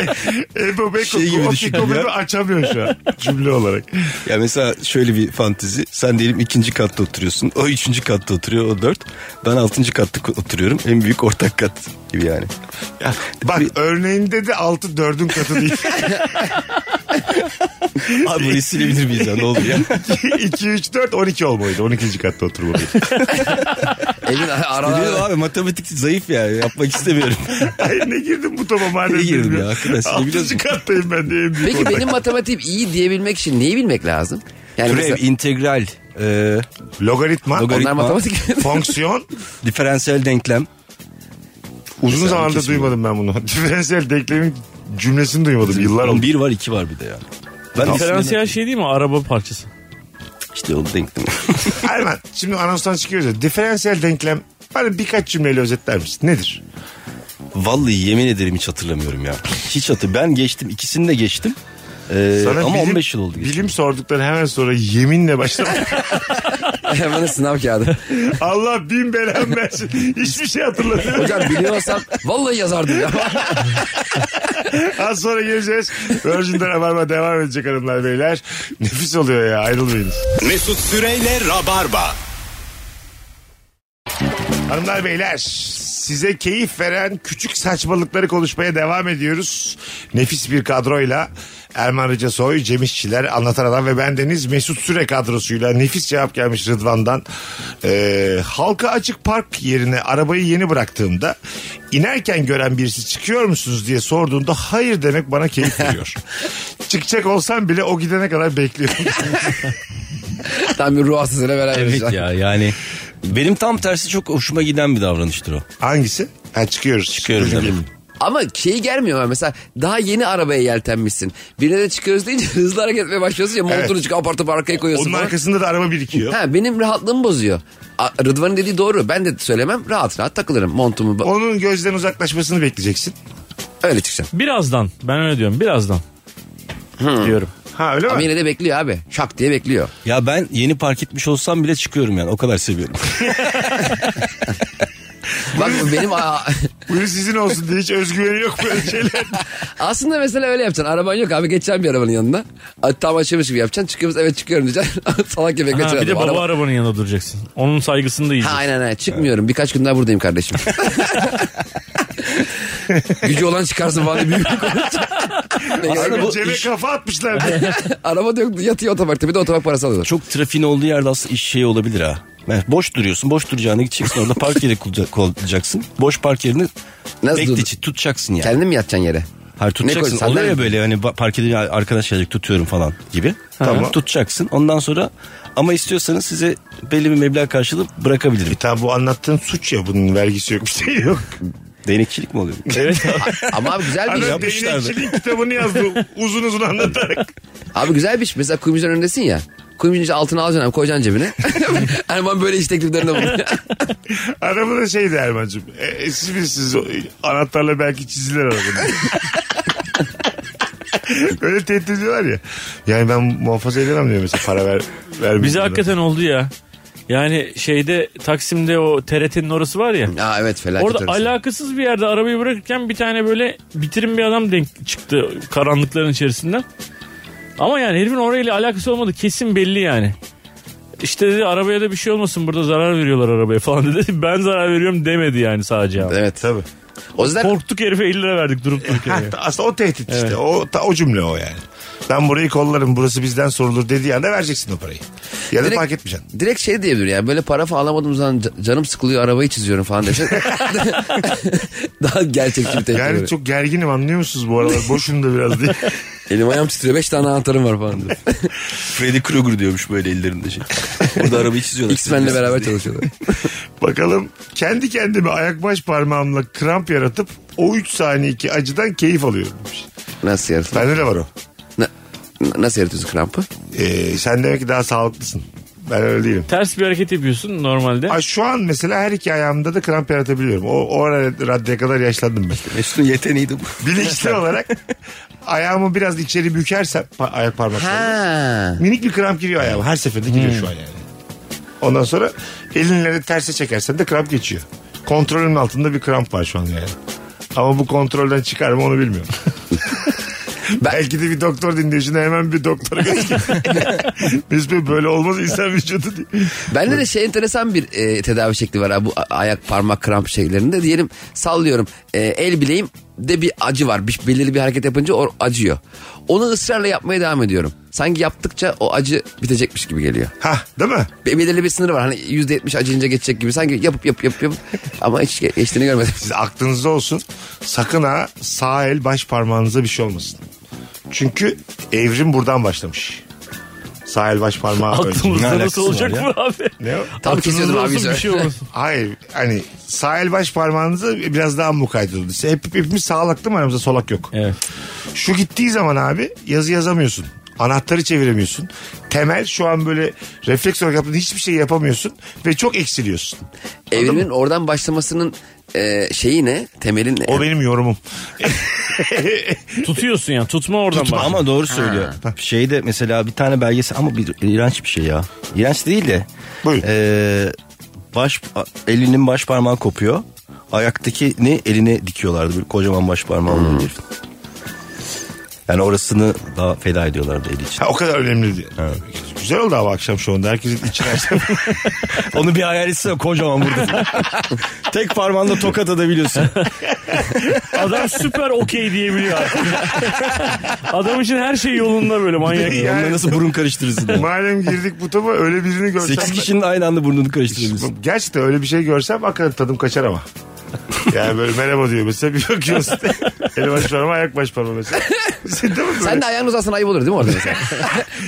Speaker 3: Ebo Beko
Speaker 5: Şey gibi
Speaker 3: Kofi
Speaker 5: düşün ya.
Speaker 3: Kofi'yi açamıyor şu an cümle olarak.
Speaker 5: Ya mesela şöyle bir fantezi. Sen diyelim ikinci katta oturuyorsun. O üçüncü katta oturuyor. O dört. Ben altıncı katta ko- oturuyorum. En büyük ortak kat gibi yani.
Speaker 3: Bak örneğinde de 6 dördün katı değil.
Speaker 5: Abi burayı silebilir miyiz ya? Ne olur ya?
Speaker 3: 2 3 4 12 olmalıydı. 12. katta oturmalıydı.
Speaker 4: Evin
Speaker 5: Biliyorum
Speaker 4: aralarında.
Speaker 5: abi matematik zayıf ya. Yapmak istemiyorum.
Speaker 3: Ay ne girdim bu topa madem.
Speaker 5: Ne girdim
Speaker 3: bilmiyorum.
Speaker 5: ya, hakikaten silebiliyorsun.
Speaker 3: Altıncı kattayım ben diye en büyük
Speaker 4: Peki
Speaker 3: ortak.
Speaker 4: benim matematiğim iyi diyebilmek için neyi bilmek lazım? Yani
Speaker 5: Türev,
Speaker 4: mesela,
Speaker 5: integral, e,
Speaker 3: Logaritma,
Speaker 5: Logaritma.
Speaker 4: onlar matematik.
Speaker 3: fonksiyon.
Speaker 5: diferansiyel denklem.
Speaker 3: Uzun
Speaker 5: Mesela
Speaker 3: zamandır
Speaker 5: kesin
Speaker 3: duymadım ben bunu. Diferansiyel denklemin cümlesini duymadım. Yıllar oldu.
Speaker 5: Bir var iki var bir de yani. Ben ismini-
Speaker 6: Diferansiyel şey değil mi? Araba parçası.
Speaker 5: İşte o denklem.
Speaker 3: Erman şimdi anonstan çıkıyoruz ya. Diferansiyel denklem bana birkaç cümleyle özetler misin? Nedir?
Speaker 5: Vallahi yemin ederim hiç hatırlamıyorum ya. Hiç hatır. Ben geçtim ikisini de geçtim. Ee, ama 15 yıl oldu. geçti.
Speaker 3: Bilim sorduktan hemen sonra yeminle başlamak.
Speaker 4: Erman'ın sınav kağıdı.
Speaker 3: Allah bin belamı versin. Hiçbir şey hatırlamıyorum.
Speaker 4: Hocam biliyorsam vallahi yazardım ya.
Speaker 3: Az sonra geleceğiz. Virgin'de Rabarba devam edecek hanımlar beyler. Nefis oluyor ya ayrılmayınız.
Speaker 2: Mesut Süreyle Rabarba.
Speaker 3: Hanımlar beyler size keyif veren küçük saçmalıkları konuşmaya devam ediyoruz. Nefis bir kadroyla Erman Rıca Soy, Cem İşçiler, Anlatan Adam ve bendeniz Mesut Süre kadrosuyla nefis cevap gelmiş Rıdvan'dan. Ee, halka açık park yerine arabayı yeni bıraktığımda inerken gören birisi çıkıyor musunuz diye sorduğunda hayır demek bana keyif veriyor. Çıkacak olsam bile o gidene kadar bekliyorum.
Speaker 4: Tam bir ruh hastasıyla beraber.
Speaker 5: Evet ya yani. Benim tam tersi çok hoşuma giden bir davranıştır o.
Speaker 3: Hangisi? Ha çıkıyoruz.
Speaker 5: Çıkıyorum
Speaker 3: Çocuk
Speaker 5: demek.
Speaker 3: gibi.
Speaker 4: Ama şey gelmiyor ama mesela daha yeni arabaya yeltenmişsin. Birine de çıkıyoruz deyince hızlı hareket etmeye başlıyorsun ya montunu çık apar topar arkaya koyuyorsun
Speaker 3: Onun
Speaker 4: falan.
Speaker 3: arkasında da araba birikiyor.
Speaker 4: Ha, benim rahatlığımı bozuyor. A- Rıdvan'ın dediği doğru. Ben de söylemem rahat rahat takılırım montumu. ba-
Speaker 3: Onun gözden uzaklaşmasını bekleyeceksin.
Speaker 4: Öyle çıkacağım.
Speaker 6: Birazdan. Ben öyle diyorum. Birazdan. Diyorum.
Speaker 3: Ha öyle
Speaker 4: Ama
Speaker 3: mi?
Speaker 4: yine de bekliyor abi. Şak diye bekliyor.
Speaker 5: Ya ben yeni park etmiş olsam bile çıkıyorum yani. O kadar seviyorum.
Speaker 4: Bak benim a-
Speaker 3: Buyurun sizin olsun diye hiç özgüveni yok böyle şeyler.
Speaker 4: aslında mesela öyle yapacaksın. Araban yok abi geçeceğim bir arabanın yanına. A- Tam açılmış gibi yapacaksın. Çıkıyoruz evet çıkıyorum diyeceksin. Salak gibi
Speaker 6: Ha,
Speaker 4: geçer.
Speaker 6: bir de
Speaker 4: adam.
Speaker 6: baba
Speaker 4: Araba-
Speaker 6: arabanın yanında duracaksın. Onun saygısını da
Speaker 4: Ha
Speaker 6: yiyeceksin.
Speaker 4: aynen aynen çıkmıyorum. Birkaç gün daha buradayım kardeşim. Gücü olan çıkarsın falan diye büyük bir konuşacak. oraya.
Speaker 5: Aslında
Speaker 4: Araba,
Speaker 5: bu
Speaker 3: Cebe
Speaker 5: iş-
Speaker 3: kafa atmışlar.
Speaker 4: araba da yok yatıyor otoparkta bir de otopark parası alıyorlar.
Speaker 5: Çok trafiğin olduğu yerde aslında iş şey olabilir ha. Yani boş duruyorsun. Boş duracağına gideceksin orada park yeri kulca- kullanacaksın. Boş park yerini
Speaker 4: Nasıl
Speaker 5: bekle
Speaker 4: dur-
Speaker 5: içi tutacaksın yani.
Speaker 4: Kendin mi yatacaksın yere?
Speaker 5: Hayır
Speaker 4: koyacaksın,
Speaker 5: tutacaksın.
Speaker 4: sandalye
Speaker 5: Oluyor ya
Speaker 4: mi?
Speaker 5: böyle hani ba- park edince arkadaş gelecek tutuyorum falan gibi. Tamam. Tutacaksın. Ondan sonra ama istiyorsanız size belli bir meblağ karşılığı bırakabilirim.
Speaker 3: Tam bu anlattığın suç ya bunun vergisi yok bir şey yok.
Speaker 5: Değnekçilik mi oluyor?
Speaker 4: Ama abi güzel bir iş.
Speaker 3: Adam
Speaker 5: yapmışlardı.
Speaker 3: deneyimciliğin kitabını yazdı uzun uzun anlatarak.
Speaker 4: Abi güzel bir iş. Mesela kuyumcunun önündesin ya. Kuyumcunun içi altına alacaksın abi koyacaksın cebine. Erman Hani böyle iş tekliflerinde bulunuyor.
Speaker 3: Araba da şeydi Erman'cığım. E, e, siz bilirsiniz o, anahtarla belki çizilir arabada. Öyle tehdit ediyorlar ya. Yani ben muhafaza edemem diyor mesela para ver, vermeyeyim.
Speaker 6: Bize
Speaker 3: diyor.
Speaker 6: hakikaten oldu ya. Yani şeyde Taksim'de o TRT'nin orası var ya.
Speaker 4: Aa evet felaket
Speaker 6: Orada
Speaker 4: orası.
Speaker 6: alakasız bir yerde arabayı bırakırken bir tane böyle bitirim bir adam denk çıktı karanlıkların içerisinden. Ama yani herifin orayla alakası olmadı kesin belli yani. İşte dedi arabaya da bir şey olmasın burada zarar veriyorlar arabaya falan dedi. Ben zarar veriyorum demedi yani sadece abi.
Speaker 4: Evet.
Speaker 3: Tabii.
Speaker 4: O yüzden
Speaker 6: Korktuk herife 50 lira verdik durup dururken.
Speaker 3: Ha,
Speaker 6: ya.
Speaker 3: aslında o tehdit işte. O, ta- o cümle o yani. Ben burayı kollarım burası bizden sorulur dediği anda vereceksin o parayı. Ya da
Speaker 4: Direkt-
Speaker 3: fark etmeyeceksin.
Speaker 4: direkt şey diyebilir yani böyle para falan alamadığım zaman ca- canım sıkılıyor arabayı çiziyorum falan dese. Daha gerçekçi bir tepki.
Speaker 3: Yani
Speaker 4: Yani
Speaker 3: çok gerginim anlıyor musunuz bu aralar? Boşum da biraz diye.
Speaker 4: Elim ayağım titriyor 5 tane anahtarım var falan. diyor.
Speaker 5: Freddy Krueger diyormuş böyle ellerinde şey. Orada arabayı çiziyorlar.
Speaker 4: X-Men'le beraber çalışıyorlar.
Speaker 3: Bakalım kendi kendime ayak baş parmağımla kramp yaratıp o 3 saniyeki acıdan keyif alıyorum demiş.
Speaker 4: Nasıl yaratıyorsun?
Speaker 3: Bende de var o.
Speaker 4: Na- na- nasıl yaratıyorsun krampı?
Speaker 3: Ee, sen demek ki daha sağlıklısın. Ben öyle değilim.
Speaker 6: Ters bir hareket yapıyorsun normalde.
Speaker 3: Ay şu an mesela her iki ayağımda da kramp yaratabiliyorum. O, o ara raddeye kadar yaşlandım ben.
Speaker 5: Mesut'un yeteneği de bu.
Speaker 3: Bilinçli olarak ayağımı biraz içeri bükersem pa- ayak parmaklarımı.
Speaker 4: Ha.
Speaker 3: Minik bir kramp giriyor ayağıma. Her seferinde giriyor şu an yani. Ondan sonra elinleri terse çekersen de kramp geçiyor. Kontrolün altında bir kramp var şu an yani. Ama bu kontrolden çıkar mı onu bilmiyorum. Belki de bir doktor dinliyor. Şimdi hemen bir doktora göz Biz böyle olmaz insan vücudu diye.
Speaker 4: Bende de şey enteresan bir e, tedavi şekli var. abi. Bu a- ayak parmak kramp şekillerinde diyelim sallıyorum e, el bileğim de bir acı var. Bir, belirli bir hareket yapınca o acıyor. Onu ısrarla yapmaya devam ediyorum. Sanki yaptıkça o acı bitecekmiş gibi geliyor.
Speaker 3: Ha, değil mi?
Speaker 4: Be- belirli bir sınırı var. Hani %70 acıyınca geçecek gibi. Sanki yapıp yapıp yapıp yapıp ama hiç ge- geçtiğini görmedim.
Speaker 3: Siz aklınızda olsun. Sakın ha sağ el baş parmağınıza bir şey olmasın. Çünkü evrim buradan başlamış. Sağ el baş parmağı önce.
Speaker 5: Ne
Speaker 6: Aklımızda şey
Speaker 5: alakası
Speaker 6: nasıl olacak
Speaker 5: var ya?
Speaker 6: bu abi?
Speaker 3: Ne o?
Speaker 4: Tam kesiyordum abi.
Speaker 6: Aklınızda olsun bir şey olmasın.
Speaker 3: Hayır hani sağ el baş parmağınızı biraz daha mukayyet olun. İşte Hep, hepimiz sağlıklı mı aramızda solak yok.
Speaker 6: Evet.
Speaker 3: Şu gittiği zaman abi yazı yazamıyorsun. Anahtarı çeviremiyorsun. Temel şu an böyle refleks olarak yaptığın hiçbir şey yapamıyorsun. Ve çok eksiliyorsun.
Speaker 4: Evrimin oradan başlamasının e, şeyi ne? Temeli ne?
Speaker 3: O benim yorumum.
Speaker 6: Tutuyorsun ya tutma oradan
Speaker 5: Tutma
Speaker 6: bak.
Speaker 5: ama doğru söylüyor. Şeyde mesela bir tane belgesi ama bir iğrenç bir şey ya. İğrenç değil de.
Speaker 3: Buyurun.
Speaker 5: Ee, baş elinin baş parmağı kopuyor. Ayaktaki ne eline dikiyorlardı bir kocaman baş parmağı olan herifin. Yani orasını daha feda ediyorlardı eli için.
Speaker 3: Ha, o kadar önemli diye. Güzel oldu ama akşam şovunda. Herkesin içine
Speaker 5: Onu bir hayal etsene kocaman burada. Tek parmağınla tokat atabiliyorsun.
Speaker 6: Adam süper okey diyebiliyor artık. Adam için her şey yolunda böyle manyak.
Speaker 3: Yani-
Speaker 5: Onunla nasıl burun karıştırırsın? yani?
Speaker 3: Madem girdik bu topa öyle birini görsem.
Speaker 5: Sekiz kişinin aynı anda burnunu karıştırabilirsin.
Speaker 3: Bu- Gerçekten öyle bir şey görsem hakikaten tadım kaçar ama. Yani böyle merhaba diyor mesela bir bakıyorsun. El baş parmağı ayak baş parmağı mesela. Sen de mi böyle?
Speaker 4: Sen de ayağını uzatsan ayıp olur değil mi orada mesela?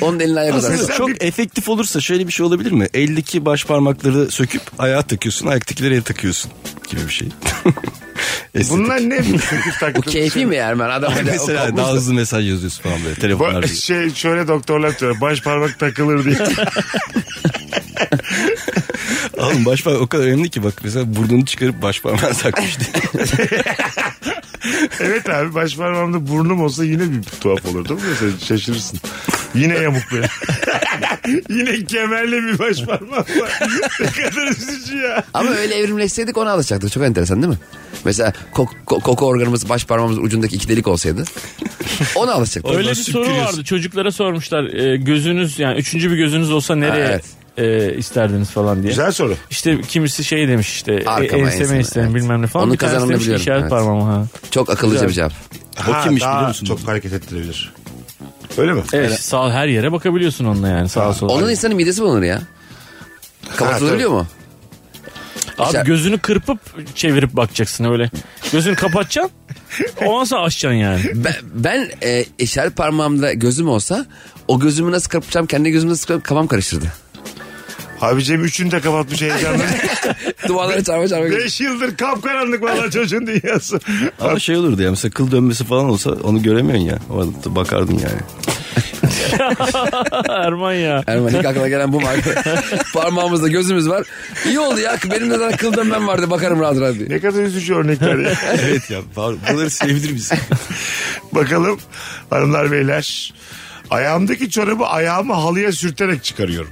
Speaker 4: Onun elini ayağını
Speaker 5: Aslında
Speaker 4: uzatsan.
Speaker 3: Mesela
Speaker 5: çok
Speaker 3: bir-
Speaker 5: efektif olursa şöyle bir şey olabilir mi? Eldeki baş parmakları söküp ayağa takıyorsun, ayaktakileri el takıyorsun gibi bir şey. Estetik.
Speaker 3: Bunlar ne? Söküp
Speaker 4: Bu
Speaker 3: taktım.
Speaker 4: keyfi mi ya Ermen? Adam öyle
Speaker 5: Mesela daha hızlı mesaj yazıyorsun falan böyle telefonlarda.
Speaker 3: Ba- şey şöyle doktorlar diyor baş parmak takılır diye.
Speaker 5: Oğlum baş parmak o kadar önemli ki bak mesela burnunu çıkarıp baş parmağına takmış diye.
Speaker 3: evet abi baş parmağımda burnum olsa yine bir tuhaf olur değil mi? Mesela şaşırırsın. Yine yamuk böyle. yine kemerli bir baş parmak var. ne kadar üzücü ya.
Speaker 4: Ama öyle evrimleşseydik ona alışacaktık. Çok enteresan değil mi? Mesela kok- ko- koku organımız baş parmağımızın ucundaki iki delik olsaydı ona alışacaktık.
Speaker 6: Öyle bir soru vardı çocuklara sormuşlar e, gözünüz yani üçüncü bir gözünüz olsa nereye
Speaker 4: Ha, evet.
Speaker 6: e, isterdiniz falan diye.
Speaker 3: Güzel soru.
Speaker 6: İşte kimisi şey demiş işte e,
Speaker 4: Arkama,
Speaker 6: enseme
Speaker 4: enseme,
Speaker 6: isterim
Speaker 4: evet.
Speaker 6: bilmem ne falan.
Speaker 4: Onun
Speaker 6: bir tanesi
Speaker 4: kazanını
Speaker 6: demiş ki
Speaker 4: biliyorum,
Speaker 6: işaret
Speaker 4: evet.
Speaker 6: parmağımı ha.
Speaker 4: Çok akıllıca bir cevap.
Speaker 5: O
Speaker 3: Ha,
Speaker 5: kimmiş
Speaker 3: daha
Speaker 5: biliyor musun?
Speaker 3: Çok hareket ettirebilir. Öyle mi?
Speaker 6: Evet sağ her yere bakabiliyorsun onunla yani sağa sola.
Speaker 4: Onun insanın midesi bulunur ya. Kapatılabiliyor mu?
Speaker 6: Abi gözünü kırpıp çevirip bakacaksın öyle. Gözünü kapatacaksın. Ondan sonra açacaksın yani.
Speaker 4: Ben, ben e, işaret parmağımda gözüm olsa o gözümü nasıl kapatacağım kendi gözümü nasıl kapatacağım kafam karıştırdı.
Speaker 3: Abicim üçünü de kapatmış heyecanla.
Speaker 4: Duvarlara çarpa çarpa.
Speaker 3: Beş yıldır kapkaranlık valla çocuğun dünyası.
Speaker 5: Ama şey olurdu ya mesela kıl dönmesi falan olsa onu göremiyorsun ya. Orada bakardın yani.
Speaker 6: Erman ya.
Speaker 4: Erman ilk aklına gelen bu marka. Parmağımızda gözümüz var. İyi oldu ya benim de zaten kıl dönmem vardı bakarım rahat rahat diye.
Speaker 3: Ne kadar üzücü örnekler ya.
Speaker 5: evet ya bunları sevindir bizi.
Speaker 3: Bakalım hanımlar beyler. Ayağımdaki çorabı ayağımı halıya sürterek çıkarıyorum.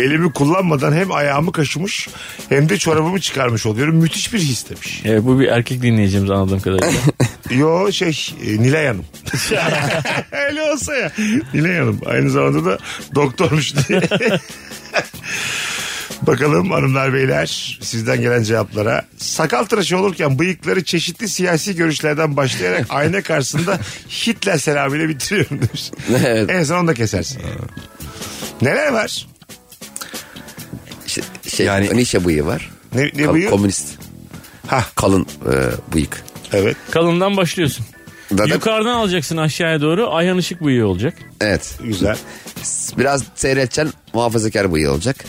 Speaker 3: Elimi kullanmadan hem ayağımı kaşımış hem de çorabımı çıkarmış oluyorum. Müthiş bir his demiş.
Speaker 6: Evet, bu bir erkek dinleyicimiz anladığım kadarıyla.
Speaker 3: Yo şey e, Nilay Hanım. Öyle olsa ya. Nilay Hanım aynı zamanda da doktormuş diye. Bakalım hanımlar beyler sizden gelen cevaplara. Sakal tıraşı olurken bıyıkları çeşitli siyasi görüşlerden başlayarak ayna karşısında Hitler selamıyla bitiriyorum demiş.
Speaker 4: Evet.
Speaker 3: En son onu da kesersin. Neler var?
Speaker 4: Şey, şey,
Speaker 5: Yani-
Speaker 4: Nietzsche bıyığı var.
Speaker 3: Ne, ne
Speaker 4: Kal-
Speaker 3: bıyığı?
Speaker 4: Komünist.
Speaker 3: Hah.
Speaker 4: Kalın e, bıyık.
Speaker 3: Evet.
Speaker 6: Kalından başlıyorsun.
Speaker 4: Zaten-
Speaker 6: Yukarıdan alacaksın aşağıya doğru. Ayhan ışık bıyığı olacak.
Speaker 4: evet.
Speaker 3: Güzel.
Speaker 4: Biraz seyredeceksin muhafazakar bıyığı olacak.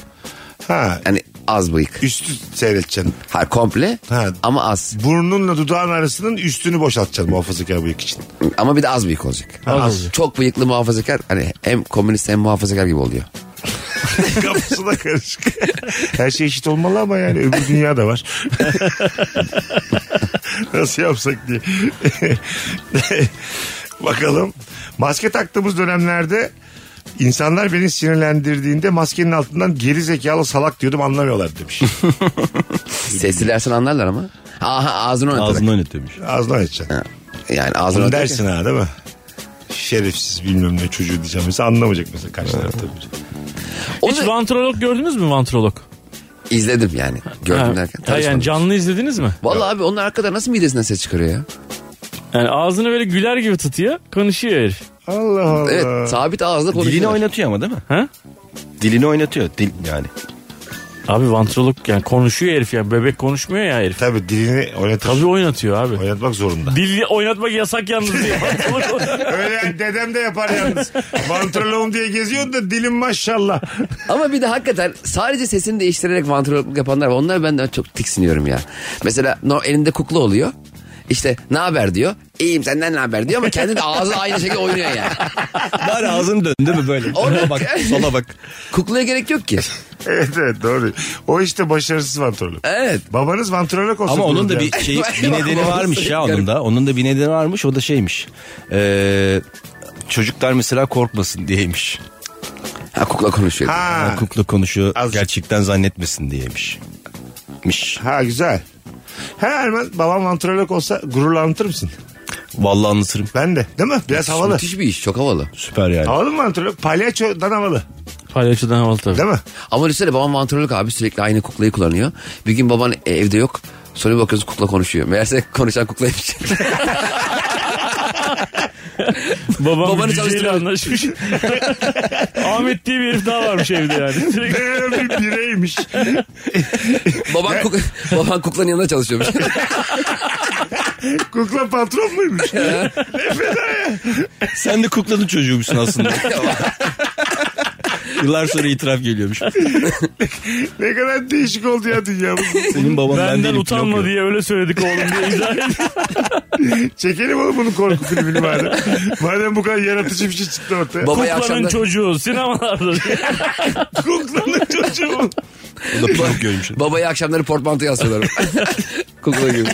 Speaker 3: Ha.
Speaker 4: Yani az bıyık.
Speaker 3: Üstü seyredeceksin.
Speaker 4: Hayır komple
Speaker 3: Ha.
Speaker 4: ama az.
Speaker 3: Burnunla dudağın arasının üstünü boşaltacaksın muhafazakar bıyık için.
Speaker 4: Ama bir de az bıyık olacak.
Speaker 6: Az.
Speaker 4: Çok bıyıklı muhafazakar hani hem komünist hem muhafazakar gibi oluyor.
Speaker 3: Kafası da karışık. Her şey eşit olmalı ama yani öbür dünya da var. Nasıl yapsak diye. Bakalım. Maske taktığımız dönemlerde insanlar beni sinirlendirdiğinde maskenin altından geri zekalı salak diyordum anlamıyorlar demiş.
Speaker 4: Seslilersen anlarlar ama. Aha ağzını oynatarak.
Speaker 5: Ağzını oynatıyormuş.
Speaker 3: Ağzına açacaksın.
Speaker 4: Yani ağzını
Speaker 3: Bunu
Speaker 4: oynatarak.
Speaker 3: dersin ha değil mi? Şerefsiz bilmem ne çocuğu diyeceğim. Mesela anlamayacak mesela karşı taraf tabii.
Speaker 4: Onu
Speaker 6: Hiç vantrolog gördünüz mü vantrolog?
Speaker 4: izledim yani. Gördüm
Speaker 6: Ha,
Speaker 4: derken.
Speaker 6: ha, yani
Speaker 4: tanışmadım.
Speaker 6: canlı izlediniz mi?
Speaker 4: Vallahi abi onlar arkada nasıl midesinden ses çıkarıyor ya?
Speaker 6: Yani ağzını böyle güler gibi tutuyor. Konuşuyor herif.
Speaker 3: Allah Allah.
Speaker 4: Evet sabit ağızla
Speaker 5: Dilini
Speaker 4: konuşuyorlar.
Speaker 5: oynatıyor ama değil mi?
Speaker 6: Ha?
Speaker 5: Dilini oynatıyor. Dil yani.
Speaker 6: Abi vantrolog yani konuşuyor herif yani. Bebek konuşmuyor ya herif.
Speaker 3: Tabii dilini oynatır.
Speaker 6: Tabii oynatıyor abi.
Speaker 3: Oynatmak zorunda.
Speaker 6: Dil oynatmak yasak yalnız diye.
Speaker 3: Öyle dedem de yapar yalnız. Vantroloğum diye geziyordu da dilim maşallah.
Speaker 4: Ama bir de hakikaten sadece sesini değiştirerek vantrologluk yapanlar var. Onlar benden çok tiksiniyorum ya. Mesela no, elinde kukla oluyor. İşte ne haber diyor. İyiyim senden ne haber diyor ama kendi de ağzı aynı şekilde oynuyor yani.
Speaker 5: Bari ağzını dön değil mi böyle? Ona bak sola bak.
Speaker 4: Kuklaya gerek yok ki.
Speaker 3: evet evet doğru. O işte başarısız vantrolog.
Speaker 4: Evet.
Speaker 3: Babanız vantrolog olsun.
Speaker 5: Ama onun da
Speaker 3: diyor.
Speaker 5: bir şey bir nedeni varmış ya onun da. Onun da bir nedeni varmış. O da şeymiş. Ee, çocuklar mesela korkmasın diyeymiş.
Speaker 4: Ha kukla konuşuyor.
Speaker 3: Ha,
Speaker 5: Kukla konuşuyor
Speaker 3: Az-
Speaker 5: gerçekten zannetmesin diyeymiş. Miş.
Speaker 3: ha güzel. Ha Erman babam vantrolog olsa gururla anlatır mısın?
Speaker 5: Vallahi anlatırım.
Speaker 3: Ben de değil mi? Biraz havalı.
Speaker 4: Müthiş bir iş çok havalı.
Speaker 5: Süper yani.
Speaker 3: Havalı mı vantrolog? Palyaçodan havalı
Speaker 6: Palyaçodan havalı tabii.
Speaker 3: değil mi?
Speaker 4: Ama düşünsene babam vantrolog abi sürekli aynı kuklayı kullanıyor. Bir gün baban e, evde yok. Sonra bir bakıyorsun kukla konuşuyor. Meğerse konuşan kuklaymış.
Speaker 6: Babam
Speaker 4: Babanı
Speaker 6: cüceyle
Speaker 4: çalıştırıyor.
Speaker 6: anlaşmış. Ahmet diye bir herif daha varmış evde yani. Sürekli
Speaker 3: Ee, bir bireymiş.
Speaker 4: baban, kuk baban kuklanın yanında çalışıyormuş.
Speaker 3: Kukla patron muymuş?
Speaker 5: Sen de kuklanın çocuğuymuşsun aslında. Yıllar sonra itiraf geliyormuş.
Speaker 3: ne kadar değişik oldu ya dünya.
Speaker 5: Senin baban ben
Speaker 6: benden
Speaker 5: değilim,
Speaker 6: utanma
Speaker 5: Pinokyo.
Speaker 6: diye öyle söyledik oğlum diye izah ediyor.
Speaker 3: Çekelim oğlum bunun korku filmini madem. Madem bu kadar yaratıcı bir şey çıktı ortaya.
Speaker 4: Baba
Speaker 6: Kuklanın
Speaker 4: akşamda
Speaker 6: çocuğu sinemalarda.
Speaker 3: Kuklanın çocuğu.
Speaker 5: O da Pinokyo'ymuş.
Speaker 4: babayı akşamları portmantoya asıyorlar. kukla gibi.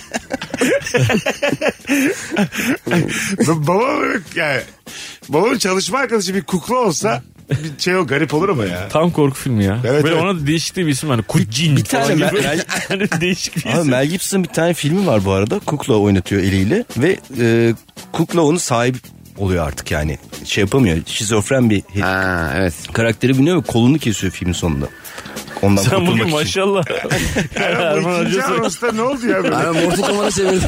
Speaker 3: Ba- babam evet yani babamın çalışma arkadaşı bir kukla olsa bir şey o garip olur ama ya.
Speaker 6: Tam korku filmi ya.
Speaker 3: Evet,
Speaker 6: Böyle
Speaker 3: evet.
Speaker 6: ona da değişik de bir isim var. Kucin. Bir
Speaker 5: tane ben- yani-
Speaker 6: değişik bir
Speaker 5: Abi
Speaker 6: isim.
Speaker 5: Mel Gibson'ın bir tane filmi var bu arada. Kukla oynatıyor eliyle ve e, kukla onun sahibi oluyor artık yani. Şey yapamıyor. Şizofren bir herif.
Speaker 4: Ha evet.
Speaker 5: karakteri biniyor ve kolunu kesiyor filmin sonunda. Ondan
Speaker 6: Sen
Speaker 5: kurtulmak
Speaker 6: bugün
Speaker 5: için.
Speaker 6: maşallah.
Speaker 3: Erman
Speaker 6: Erman
Speaker 3: bu ikinci
Speaker 6: Hoca soy-
Speaker 3: anonsta ne oldu ya böyle?
Speaker 4: Aynen Mortal Kombat'a çevirdim.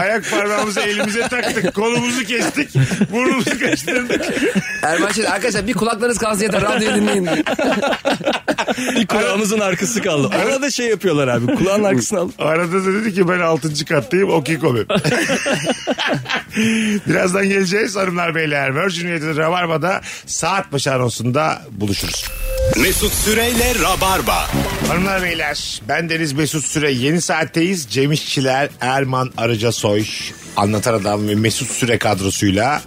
Speaker 3: Ayak parmağımızı elimize taktık, kolumuzu kestik, burnumuzu kaçtırdık.
Speaker 4: Erman şey arkadaşlar bir kulaklarınız kalsın yeter radyoyu dinleyin.
Speaker 5: Bir kulağımızın arkası kaldı. Arada şey yapıyorlar abi. Kulağın arkasını al.
Speaker 3: Arada da dedi ki ben 6. kattayım okey komik. Birazdan geleceğiz hanımlar beyler. Virgin Radio'da Rabarba'da saat başı anonsunda buluşuruz.
Speaker 2: Mesut Süreyle Rabarba.
Speaker 3: Hanımlar beyler ben Deniz Mesut Süre yeni saatteyiz. Cem İşçiler, Erman Arıcasoy, Anlatan Adam ve Mesut Süre kadrosuyla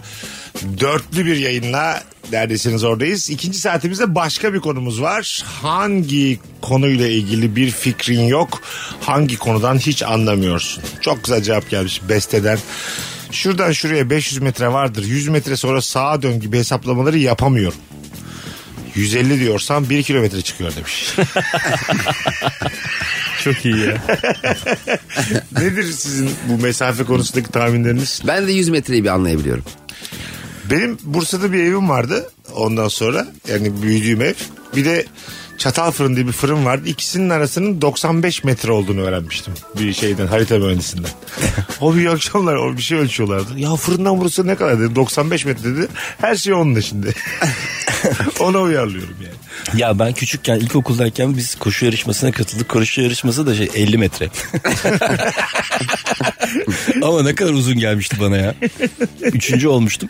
Speaker 3: dörtlü bir yayınla neredesiniz oradayız. İkinci saatimizde başka bir konumuz var. Hangi konuyla ilgili bir fikrin yok, hangi konudan hiç anlamıyorsun? Çok güzel cevap gelmiş besteden. Şuradan şuraya 500 metre vardır. 100 metre sonra sağa dön gibi hesaplamaları yapamıyorum. 150 diyorsam 1 kilometre çıkıyor demiş.
Speaker 6: Çok iyi ya.
Speaker 3: Nedir sizin bu mesafe konusundaki tahminleriniz?
Speaker 4: Ben de 100 metreyi bir anlayabiliyorum.
Speaker 3: Benim Bursa'da bir evim vardı ondan sonra. Yani büyüdüğüm ev. Bir de Çatal Fırın diye bir fırın vardı. İkisinin arasının 95 metre olduğunu öğrenmiştim. Bir şeyden harita mühendisinden. o bir akşamlar o bir şey ölçüyorlardı. Ya fırından burası ne kadar dedi. 95 metre dedi. Her şey onun da şimdi. Ona uyarlıyorum yani.
Speaker 5: Ya ben küçükken ilkokuldayken biz koşu yarışmasına katıldık. Koşu yarışması da şey 50 metre. Ama ne kadar uzun gelmişti bana ya. Üçüncü olmuştum.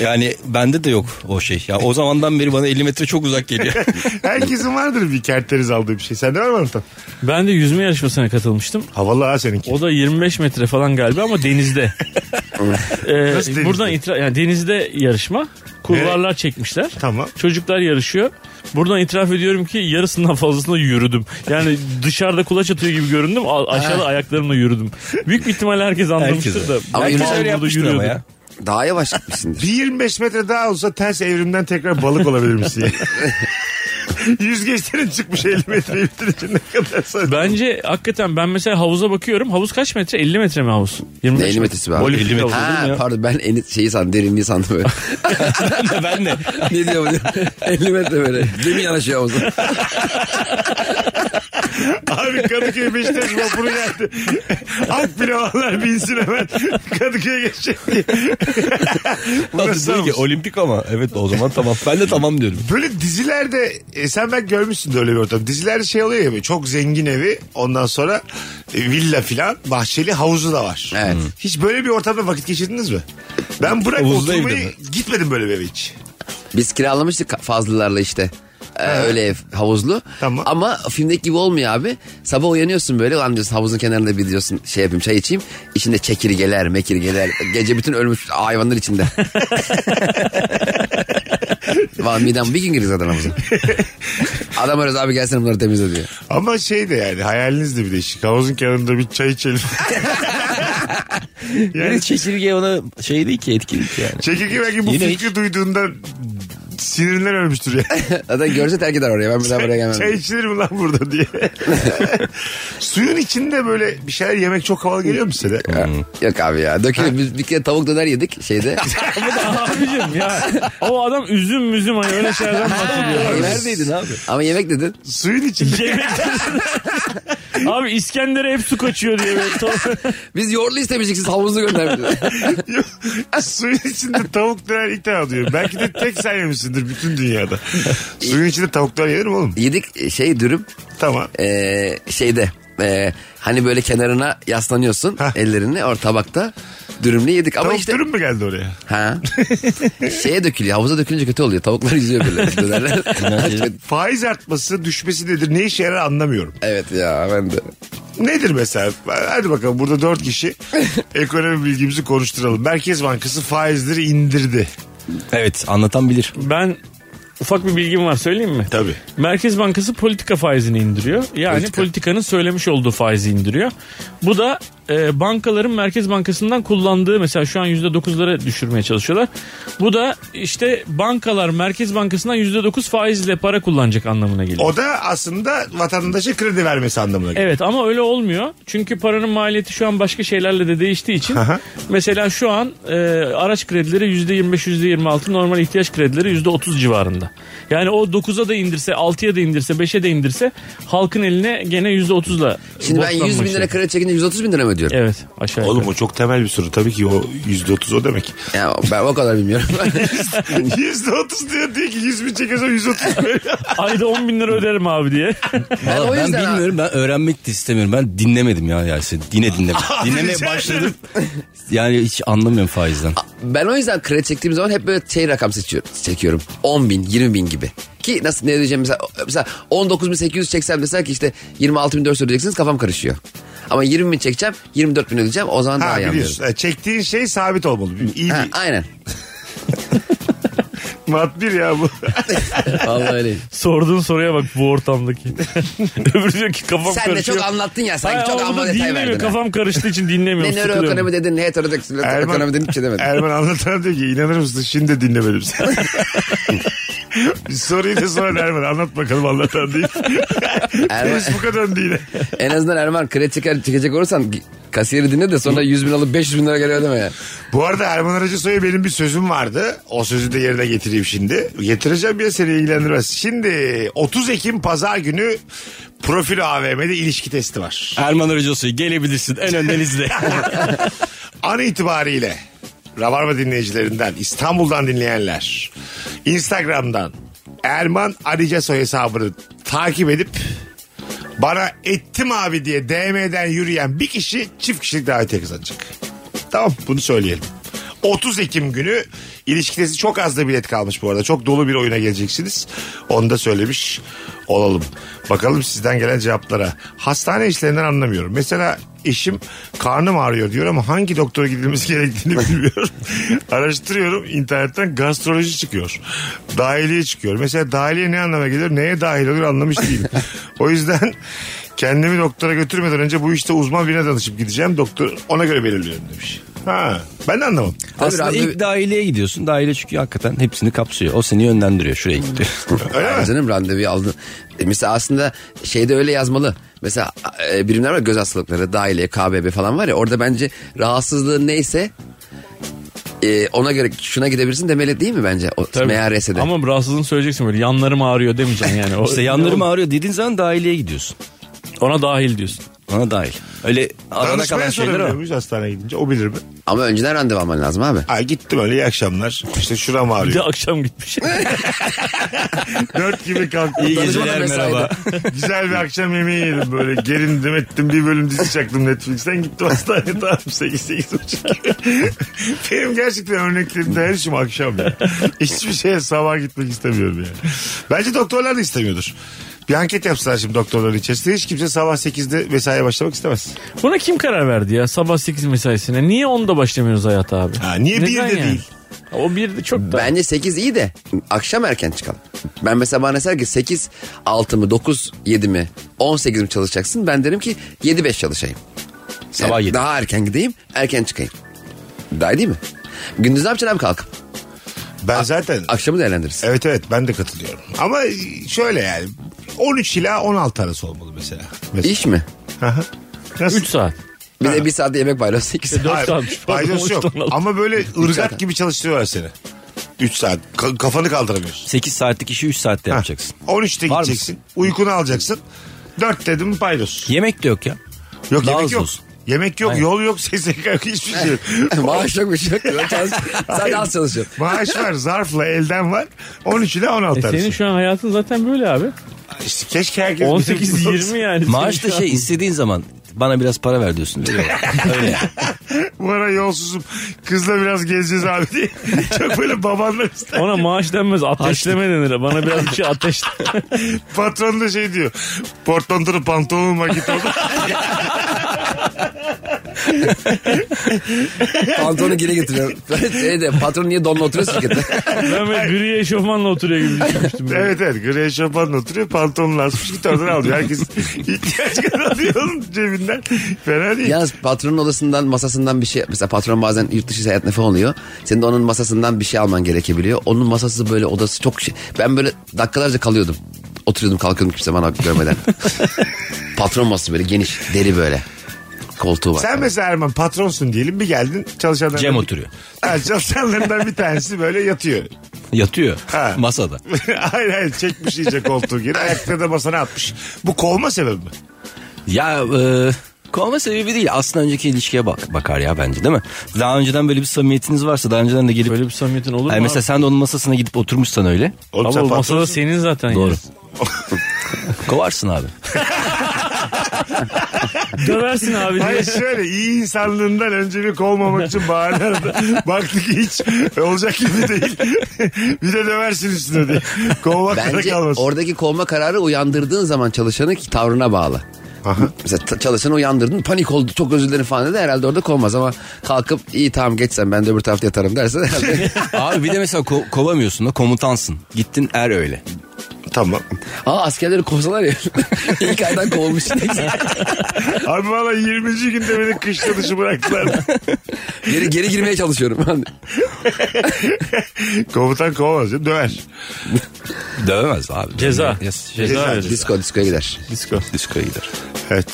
Speaker 5: Yani bende de yok o şey. Ya o zamandan beri bana 50 metre çok uzak geliyor.
Speaker 3: Herkesin vardır bir kerteriz aldığı bir şey. Sende var mı Anlatan?
Speaker 6: Ben de yüzme yarışmasına katılmıştım.
Speaker 3: Havalı ha seninki.
Speaker 6: O da 25 metre falan galiba ama denizde. Ee,
Speaker 3: Nasıl denizde?
Speaker 6: Buradan itira- yani denizde yarışma. Kulvarlar çekmişler.
Speaker 3: Tamam.
Speaker 6: Çocuklar yarışıyor. Buradan itiraf ediyorum ki yarısından fazlasını yürüdüm. Yani dışarıda kulaç atıyor gibi göründüm. a- Aşağıda ayaklarımla yürüdüm. Büyük bir ihtimalle herkes anlamıştır
Speaker 5: Herkes.
Speaker 6: da.
Speaker 4: Ama
Speaker 6: Ben
Speaker 4: yürüyüş
Speaker 6: burada
Speaker 4: öyle
Speaker 5: Yapmıştır ama
Speaker 6: yürüyordum.
Speaker 5: ya.
Speaker 4: Daha yavaş gitmişsindir.
Speaker 3: Bir 25 metre daha olsa ters evrimden tekrar balık olabilir misin? Yüzgeçlerin çıkmış 50 metreyi bitirince ne kadar saçma.
Speaker 6: Bence hakikaten ben mesela havuza bakıyorum. Havuz kaç metre? 50 metre mi havuz? 25
Speaker 4: Ne 50 metresi be abi?
Speaker 6: 50 metre.
Speaker 4: Ha, pardon ben eni, şeyi sandım derinliği sandım böyle.
Speaker 5: ben de.
Speaker 4: ne diyor bu diyor. 50 metre böyle. Gemi yanaşıyor havuza.
Speaker 3: Abi Kadıköy Beşiktaş vapuru geldi. Ak pilavalar binsin hemen Kadıköy'e geçecek diye. Bu
Speaker 5: Adı
Speaker 3: nasıl
Speaker 5: diyor ki
Speaker 3: olmuş?
Speaker 5: olimpik ama. Evet o zaman tamam. Ben de tamam diyorum.
Speaker 3: Böyle dizilerde e, sen ben görmüşsün de öyle bir ortam. Dizilerde şey oluyor ya böyle, çok zengin evi ondan sonra e, villa filan bahçeli havuzu da var.
Speaker 4: Evet.
Speaker 3: Hiç böyle bir ortamda vakit geçirdiniz mi? Ben bırak
Speaker 5: Havuzda evde
Speaker 3: oturmayı
Speaker 5: mi?
Speaker 3: gitmedim böyle bir eve hiç.
Speaker 4: Biz kiralamıştık fazlalarla işte. Ee, öyle ev havuzlu.
Speaker 3: Tamam.
Speaker 4: Ama filmdeki gibi olmuyor abi. Sabah uyanıyorsun böyle lan diyorsun havuzun kenarında bir diyorsun şey yapayım çay içeyim. İçinde çekirgeler mekirgeler. Gece bütün ölmüş hayvanlar içinde. Vallahi midem bir gün girdi zaten havuza. Adam arıyoruz abi gelsene bunları temizle diyor.
Speaker 3: Ama şey de yani hayaliniz de bir değişik. Havuzun kenarında bir çay içelim.
Speaker 5: Yani,
Speaker 3: yani
Speaker 5: çekirge ona şey değil ki etkili ki yani.
Speaker 3: çekirge belki bu
Speaker 5: Yine
Speaker 3: fikri duyduğunda sinirinden ölmüştür ya.
Speaker 4: Zaten görse terk eder oraya ben bir daha buraya gelmem.
Speaker 3: çay içilir mi lan burada diye. Suyun içinde böyle bir şeyler yemek çok havalı geliyor mu size?
Speaker 4: Ha, Yok abi ya. Dökülüyor. Biz bir kere tavuk döner yedik şeyde.
Speaker 6: Abicim ya. O adam üzüm müzüm hani öyle şeylerden bahsediyor.
Speaker 5: Neredeydin abi?
Speaker 4: Ama yemek dedin.
Speaker 3: Suyun içinde.
Speaker 6: Yemek- Abi İskender'e hep su kaçıyor diye. böyle to-
Speaker 4: Biz yoğurtlu istemiştik siz havuzu göndermiştiniz.
Speaker 3: Suyun içinde tavuk döner ilk defa duyuyorum. Belki de tek sen yemişsindir bütün dünyada. Suyun içinde tavuklar yenir mi oğlum?
Speaker 4: yedik şey dürüm
Speaker 3: Tamam.
Speaker 4: e, şeyde e, hani böyle kenarına yaslanıyorsun
Speaker 3: Hah.
Speaker 4: ellerini or tabakta dürümle yedik ama
Speaker 3: Tavuk
Speaker 4: işte
Speaker 3: dürüm mü geldi oraya?
Speaker 4: ha E, şeye dökülüyor havuza dökülünce kötü oluyor tavuklar yüzüyor böyle dönerler.
Speaker 3: Faiz artması düşmesi nedir? Ne işe yarar anlamıyorum.
Speaker 4: evet ya ben de
Speaker 3: Nedir mesela? Hadi bakalım burada dört kişi ekonomi bilgimizi konuşturalım. Merkez Bankası faizleri indirdi.
Speaker 5: Evet anlatan bilir.
Speaker 6: Ben ufak bir bilgim var söyleyeyim mi?
Speaker 3: Tabii.
Speaker 6: Merkez Bankası politika faizini indiriyor. Yani politikanın söylemiş olduğu faizi indiriyor. Bu da e, bankaların Merkez Bankası'ndan kullandığı mesela şu an %9'lara düşürmeye çalışıyorlar. Bu da işte bankalar Merkez Bankası'ndan %9 faizle para kullanacak anlamına geliyor.
Speaker 3: O da aslında vatandaşa kredi vermesi anlamına geliyor.
Speaker 6: Evet ama öyle olmuyor. Çünkü paranın maliyeti şu an başka şeylerle de değiştiği için. mesela şu an e, araç kredileri %25, %26 normal ihtiyaç kredileri %30 civarında. Yani o 9'a da indirse, 6'ya da indirse, 5'e de indirse halkın eline gene %30'la
Speaker 4: Şimdi ben 100 bin lira kredi çekince 130 bin lira mı ödüyorum?
Speaker 6: Evet aşağı
Speaker 3: Oğlum
Speaker 6: yukarı.
Speaker 3: o çok temel bir soru. Tabii ki o %30 o demek.
Speaker 4: Ya ben o kadar bilmiyorum.
Speaker 3: %30 diyor diyor ki 100 bin çekersen 130 bin.
Speaker 6: Ayda 10 bin lira öderim abi diye.
Speaker 4: ben o
Speaker 5: ben
Speaker 4: yüzden
Speaker 5: bilmiyorum ben öğrenmek de istemiyorum. Ben dinlemedim ya Yasin. Yine dinlemedim. Dinlemeye
Speaker 3: rica
Speaker 5: başladım. Yani hiç anlamıyorum faizden.
Speaker 4: ben o yüzden kredi çektiğim zaman hep böyle şey rakam seçiyorum, çekiyorum. 10 bin, 20 bin gibi. Ki nasıl ne ödeyeceğim mesela, mesela 19.800 çeksem desek ki işte 26.400 ödeyeceksiniz kafam karışıyor. Ama 20 bin çekeceğim 24 bin ödeyeceğim o zaman daha
Speaker 3: ha
Speaker 4: iyi anlıyorum.
Speaker 3: biliyorsun. Ha, Çektiğin şey sabit olmalı. İyi
Speaker 4: Ha,
Speaker 3: bir
Speaker 4: aynen.
Speaker 3: mat bir ya bu.
Speaker 4: Vallahi öyle.
Speaker 6: Sorduğun soruya bak bu ortamdaki. Öbürü diyor ki kafam
Speaker 4: Sen de
Speaker 6: karışıyor.
Speaker 4: çok anlattın ya
Speaker 6: Hayır,
Speaker 4: sanki çok
Speaker 6: ama bu da
Speaker 4: amma detay
Speaker 6: dinlemiyor.
Speaker 4: verdin. ha.
Speaker 6: Kafam karıştığı için dinlemiyorum.
Speaker 4: Ne
Speaker 6: sıkılıyorum.
Speaker 4: nöroekonomi dedin, ne heteroekonomi dedin hiç şey demedin.
Speaker 3: Erman anlatan diyor ki inanır mısın şimdi de dinlemedim seni. Bir Soruyu da sonra Erman anlat bakalım anlatan değil.
Speaker 4: Erman-
Speaker 3: Facebook'a döndü yine.
Speaker 4: En azından Erman kredi çeker, çekecek olursan kasiyeri dinle de sonra 100 bin alıp 500 bin lira geri ödeme ya.
Speaker 3: Bu arada Erman Aracısoy'a benim bir sözüm vardı. O sözü de yerine getireyim şimdi. Getireceğim ya seni ilgilendirmez. Şimdi 30 Ekim pazar günü Profilo AVM'de ilişki testi var.
Speaker 5: Erman Arıcıoğlu gelebilirsin en önden izle.
Speaker 3: an itibariyle Rabarba dinleyicilerinden İstanbul'dan dinleyenler Instagram'dan Erman Aricasoy hesabını takip edip bana ettim abi diye DM'den yürüyen bir kişi çift kişilik davetiye kazanacak. Tamam bunu söyleyelim. 30 Ekim günü ilişkidesi çok az da bilet kalmış bu arada. Çok dolu bir oyuna geleceksiniz. Onu da söylemiş olalım. Bakalım sizden gelen cevaplara. Hastane işlerinden anlamıyorum. Mesela eşim karnım ağrıyor diyor ama hangi doktora gidilmesi gerektiğini bilmiyorum. Araştırıyorum internetten gastroloji çıkıyor. Dahiliye çıkıyor. Mesela dahiliye ne anlama gelir neye dahil olur anlamış değilim. o yüzden kendimi doktora götürmeden önce bu işte uzman birine danışıp gideceğim. Doktor ona göre belirliyorum demiş. Ha, ben de anlamam.
Speaker 5: Aslında
Speaker 4: Tabii randevu-
Speaker 5: ilk dahileye gidiyorsun. Dahile çünkü hakikaten hepsini kapsıyor. O seni yönlendiriyor şuraya git diyor.
Speaker 3: Öyle mi?
Speaker 4: Canım randevu aldın. E, mesela aslında şeyde öyle yazmalı. Mesela e, birimler var göz hastalıkları, dahiliye, KBB falan var ya. Orada bence rahatsızlığın neyse e, ona göre şuna gidebilirsin demeli değil mi bence? O,
Speaker 6: Tabii.
Speaker 4: MRS'de.
Speaker 6: Ama rahatsızlığını söyleyeceksin böyle yanlarım ağrıyor demeyeceksin yani. O,
Speaker 5: İşte yanlarım ağrıyor dediğin zaman dahileye gidiyorsun.
Speaker 6: Ona dahil diyorsun.
Speaker 5: Ona dahil. Öyle arada kalan
Speaker 3: Danışmaya
Speaker 5: şeyler
Speaker 3: sorabiliyor
Speaker 5: o.
Speaker 3: muyuz hastaneye gidince? O bilir mi?
Speaker 4: Ama önceden randevu alman lazım abi.
Speaker 3: Ay gittim öyle iyi akşamlar. İşte şuram
Speaker 6: Bir de
Speaker 3: ağrıyor.
Speaker 6: akşam gitmiş.
Speaker 3: Dört gibi kalktım.
Speaker 4: geceler, mesaide.
Speaker 3: Güzel bir akşam yemeği yedim böyle. Gerindim ettim bir bölüm dizi çaktım Netflix'ten. Gittim hastaneye tamam 8-8.30 Benim gerçekten örneklerimde her işim akşam ya. Hiçbir şeye sabah gitmek istemiyorum yani. Bence doktorlar da istemiyordur. Bir anket yapsalar şimdi doktorların içerisinde. Hiç kimse sabah 8'de mesaiye başlamak istemez.
Speaker 6: Buna kim karar verdi ya sabah 8 mesaisine? Niye 10'da başlamıyoruz hayata abi?
Speaker 3: Ha, niye bir
Speaker 6: Neden
Speaker 3: de değil?
Speaker 6: O bir de çok da.
Speaker 4: Bence 8 iyi de akşam erken çıkalım. Ben mesela bana deser ki 8 6 mı 9 7 mi 18 mi çalışacaksın? Ben derim ki 7 5 çalışayım.
Speaker 5: Sabah
Speaker 4: Yani
Speaker 5: yedi.
Speaker 4: Daha erken gideyim erken çıkayım. Daha iyi değil mi? Gündüz ne yapacaksın abi kalkıp?
Speaker 3: Ben zaten...
Speaker 4: Akşamı değerlendiririz.
Speaker 3: Evet evet ben de katılıyorum. Ama şöyle yani 13 ila 16 arası olmalı mesela. mesela.
Speaker 4: İş mi?
Speaker 3: Aha. Nasıl?
Speaker 6: 3 saat.
Speaker 4: Bir de bir saatte yemek paylaş 8
Speaker 6: Dört
Speaker 3: Hayır,
Speaker 6: saatmiş. Pardon,
Speaker 3: faydası yok.
Speaker 6: üç saat.
Speaker 3: Ama böyle ırgat gibi çalıştırıyorlar seni. 3 saat. Ka- kafanı kaldıramıyorsun.
Speaker 5: 8 saatlik işi 3 saatte yapacaksın.
Speaker 3: Ha. 13'te
Speaker 5: Var
Speaker 3: gideceksin. Uykunu alacaksın. 4 dedim paydos.
Speaker 5: Yemek de yok ya.
Speaker 3: Yok
Speaker 5: Daha
Speaker 3: yemek
Speaker 5: hızlı
Speaker 3: yok.
Speaker 5: olsun.
Speaker 3: Yemek yok, yol yok, SSK yok, hiçbir şey yok.
Speaker 4: Maaş yok bir şey yok. Yok çalış- Sen az çalışıyorsun.
Speaker 3: Maaş var, zarfla, elden var. 13 ile 16
Speaker 6: E
Speaker 3: arası.
Speaker 6: senin şu an hayatın zaten böyle abi.
Speaker 3: İşte keşke herkes...
Speaker 6: 18-20 yani.
Speaker 5: Maaş
Speaker 6: Senin
Speaker 5: da
Speaker 6: şu an-
Speaker 5: şey istediğin zaman bana biraz para ver diyorsun. Veriyorlar. Öyle.
Speaker 3: Bu ara yolsuzum. Kızla biraz gezeceğiz abi diye. Çok böyle babanla ister.
Speaker 6: Ona maaş denmez ateşleme denir. Bana biraz bir şey ateşle.
Speaker 3: Patron da şey diyor. Portlandırı pantolonuma git orada.
Speaker 4: Pantolonu geri getiriyor. şey de, patron niye donla oturuyor şirkette?
Speaker 6: Ben böyle gri eşofmanla oturuyor gibi düşünmüştüm. ben.
Speaker 3: Evet evet. Grey şampanla oturuyor. Pantolonunu asmış. Gitardan alıyor. Herkes ihtiyaç kadar alıyor onun cebinden. Fena değil.
Speaker 4: Yalnız patronun odasından masasından bir şey mesela patron bazen yurt dışı seyahatine falan oluyor. Senin de onun masasından bir şey alman gerekebiliyor. Onun masası böyle odası çok şey. Ben böyle dakikalarca kalıyordum. Oturuyordum kalkıyordum kimse bana görmeden. patron masası böyle geniş deri böyle. Koltuğu var.
Speaker 3: Sen mesela Erman patronsun diyelim bir geldin çalışanlardan.
Speaker 5: Cem oturuyor.
Speaker 3: Ha, çalışanlarından bir tanesi böyle yatıyor.
Speaker 5: Yatıyor
Speaker 3: Ha.
Speaker 5: masada.
Speaker 3: hayır hayır çekmiş iyice koltuğu geri ayakta da masana atmış. Bu kovma sebebi mi?
Speaker 5: Ya e, kovma sebebi değil. Aslında önceki ilişkiye bak, bakar ya bence değil mi? Daha önceden böyle bir samimiyetiniz varsa daha önceden de gelip...
Speaker 6: Böyle bir samimiyetin olur mu?
Speaker 5: Ay, mesela
Speaker 6: abi?
Speaker 5: sen de onun masasına gidip oturmuşsan öyle.
Speaker 3: Oğlum
Speaker 6: Ama
Speaker 3: sen
Speaker 6: o
Speaker 3: patronsun.
Speaker 6: masada senin zaten.
Speaker 5: Doğru.
Speaker 6: ya.
Speaker 5: Kovarsın abi.
Speaker 6: Döversin abi diye.
Speaker 3: Hayır şöyle iyi insanlığından önce bir kovmamak için bahane aradı. Baktı ki hiç olacak gibi değil. bir de döversin üstüne diye. Kovmak da
Speaker 4: Bence
Speaker 3: kalmasın.
Speaker 4: oradaki kovma kararı uyandırdığın zaman çalışanı ki tavrına bağlı. Mesela ta- çalışanı uyandırdın panik oldu çok özür dilerim falan dedi herhalde orada kovmaz ama kalkıp iyi tamam geç sen ben de öbür tarafta yatarım derse herhalde.
Speaker 5: abi bir de mesela ko- kovamıyorsun da komutansın. Gittin er öyle.
Speaker 3: Tamam.
Speaker 4: Aa askerleri kovsalar ya ilk aydan kovulmuş.
Speaker 3: Abi valla 20. günde beni kışla dışı bıraktılar.
Speaker 4: geri, geri girmeye çalışıyorum. Hani,
Speaker 3: Komutan kovamaz. ya, Döver.
Speaker 5: Dövemez abi.
Speaker 6: Ceza.
Speaker 5: Yes. şey-
Speaker 6: Ceza veririz.
Speaker 4: Disko diskoya gider.
Speaker 5: Diskoya gider.
Speaker 3: Evet.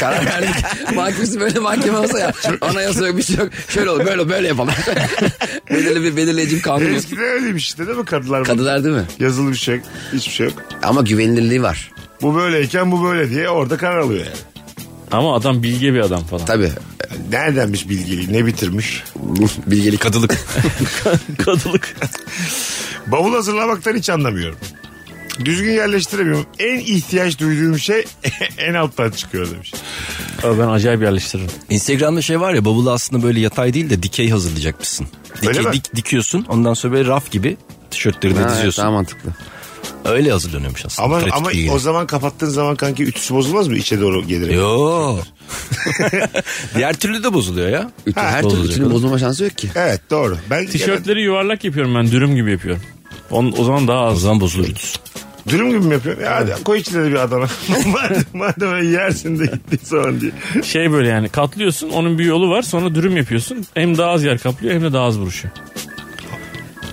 Speaker 4: Karar verdik. Mahkemesi böyle mahkeme olsa ya. Anayasa yok bir şey yok. Şöyle olur böyle böyle yapalım. Belirli bir belirleyicim kanun yok.
Speaker 3: E, Eskiden öyleymiş işte değil mi kadınlar?
Speaker 4: Kadılar değil mi?
Speaker 3: Yazılı bir şey yok. Hiçbir şey yok.
Speaker 4: Ama güvenilirliği var.
Speaker 3: Bu böyleyken bu böyle diye orada karar alıyor yani. Hani
Speaker 6: Ama adam bilge bir adam falan.
Speaker 4: Tabii.
Speaker 3: Neredenmiş bilgili? Ne bitirmiş?
Speaker 4: Bilgelik. Kadılık.
Speaker 6: Kadılık.
Speaker 3: Bavul hazırlamaktan hiç anlamıyorum. Düzgün yerleştiremiyorum. En ihtiyaç duyduğum şey en alttan çıkıyor demiş.
Speaker 6: Abi ben acayip yerleştiririm.
Speaker 5: Instagram'da şey var ya bavulu aslında böyle yatay değil de dikey hazırlayacakmışsın. Dikey,
Speaker 3: Öyle mi?
Speaker 5: dik, dikiyorsun ondan sonra böyle raf gibi tişörtleri de
Speaker 4: Ha, evet,
Speaker 5: diziyorsun.
Speaker 4: daha mantıklı.
Speaker 5: Öyle hazırlanıyormuş aslında.
Speaker 3: Ama
Speaker 5: Pratik
Speaker 3: ama
Speaker 5: bilgi.
Speaker 3: o zaman kapattığın zaman kanki ütüsü bozulmaz mı? İçe doğru gelir.
Speaker 5: Yo. Diğer türlü de bozuluyor ya.
Speaker 4: Ütü, her
Speaker 5: Bozulacak
Speaker 4: türlü ütünün
Speaker 5: oğlum.
Speaker 4: bozulma şansı yok ki.
Speaker 3: Evet doğru. Ben genelde-
Speaker 6: Tişörtleri yuvarlak yapıyorum ben dürüm gibi yapıyorum. On, o zaman daha
Speaker 5: O
Speaker 6: az.
Speaker 5: zaman bozulur ütüsü.
Speaker 3: dürüm gibi mi yapıyorum? Ya hadi koy içine de bir Adana. madem, madem öyle yersin de gittiği zaman diye.
Speaker 6: Şey böyle yani katlıyorsun onun bir yolu var sonra dürüm yapıyorsun. Hem daha az yer kaplıyor hem de daha az vuruşuyor.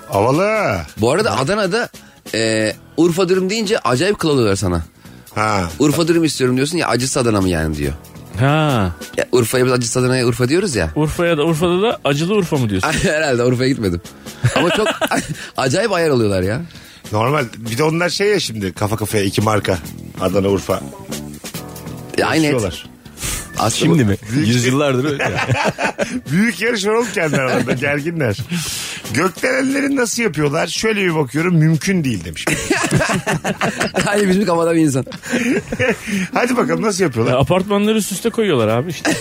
Speaker 3: Havalı.
Speaker 4: Bu arada Adana'da e, Urfa dürüm deyince acayip kıl alıyorlar sana.
Speaker 3: Ha.
Speaker 4: Urfa dürüm istiyorum diyorsun ya acısı Adana mı yani diyor.
Speaker 6: Ha.
Speaker 4: Ya Urfa'ya biz acısı Adana'ya Urfa diyoruz ya.
Speaker 6: Urfa'ya da Urfa'da da acılı Urfa mı diyorsun?
Speaker 4: Herhalde Urfa'ya gitmedim. Ama çok acayip ayar oluyorlar ya.
Speaker 3: Normal. Bir de onlar şey ya şimdi kafa kafaya iki marka. Adana Urfa.
Speaker 4: Ya aynı et.
Speaker 3: Yarışıyorlar.
Speaker 4: Aslında bu-
Speaker 5: Şimdi mi? Yüzyıllardır öyle. ya.
Speaker 3: Büyük yarış var oğlum kendi aralarında gerginler. Gökdelenleri nasıl yapıyorlar? Şöyle bir bakıyorum mümkün değil demiş.
Speaker 4: Aynı bizim kafada bir insan.
Speaker 3: Hadi bakalım nasıl
Speaker 6: Ya
Speaker 3: yapıyorlar?
Speaker 6: apartmanları üst üste koyuyorlar abi işte.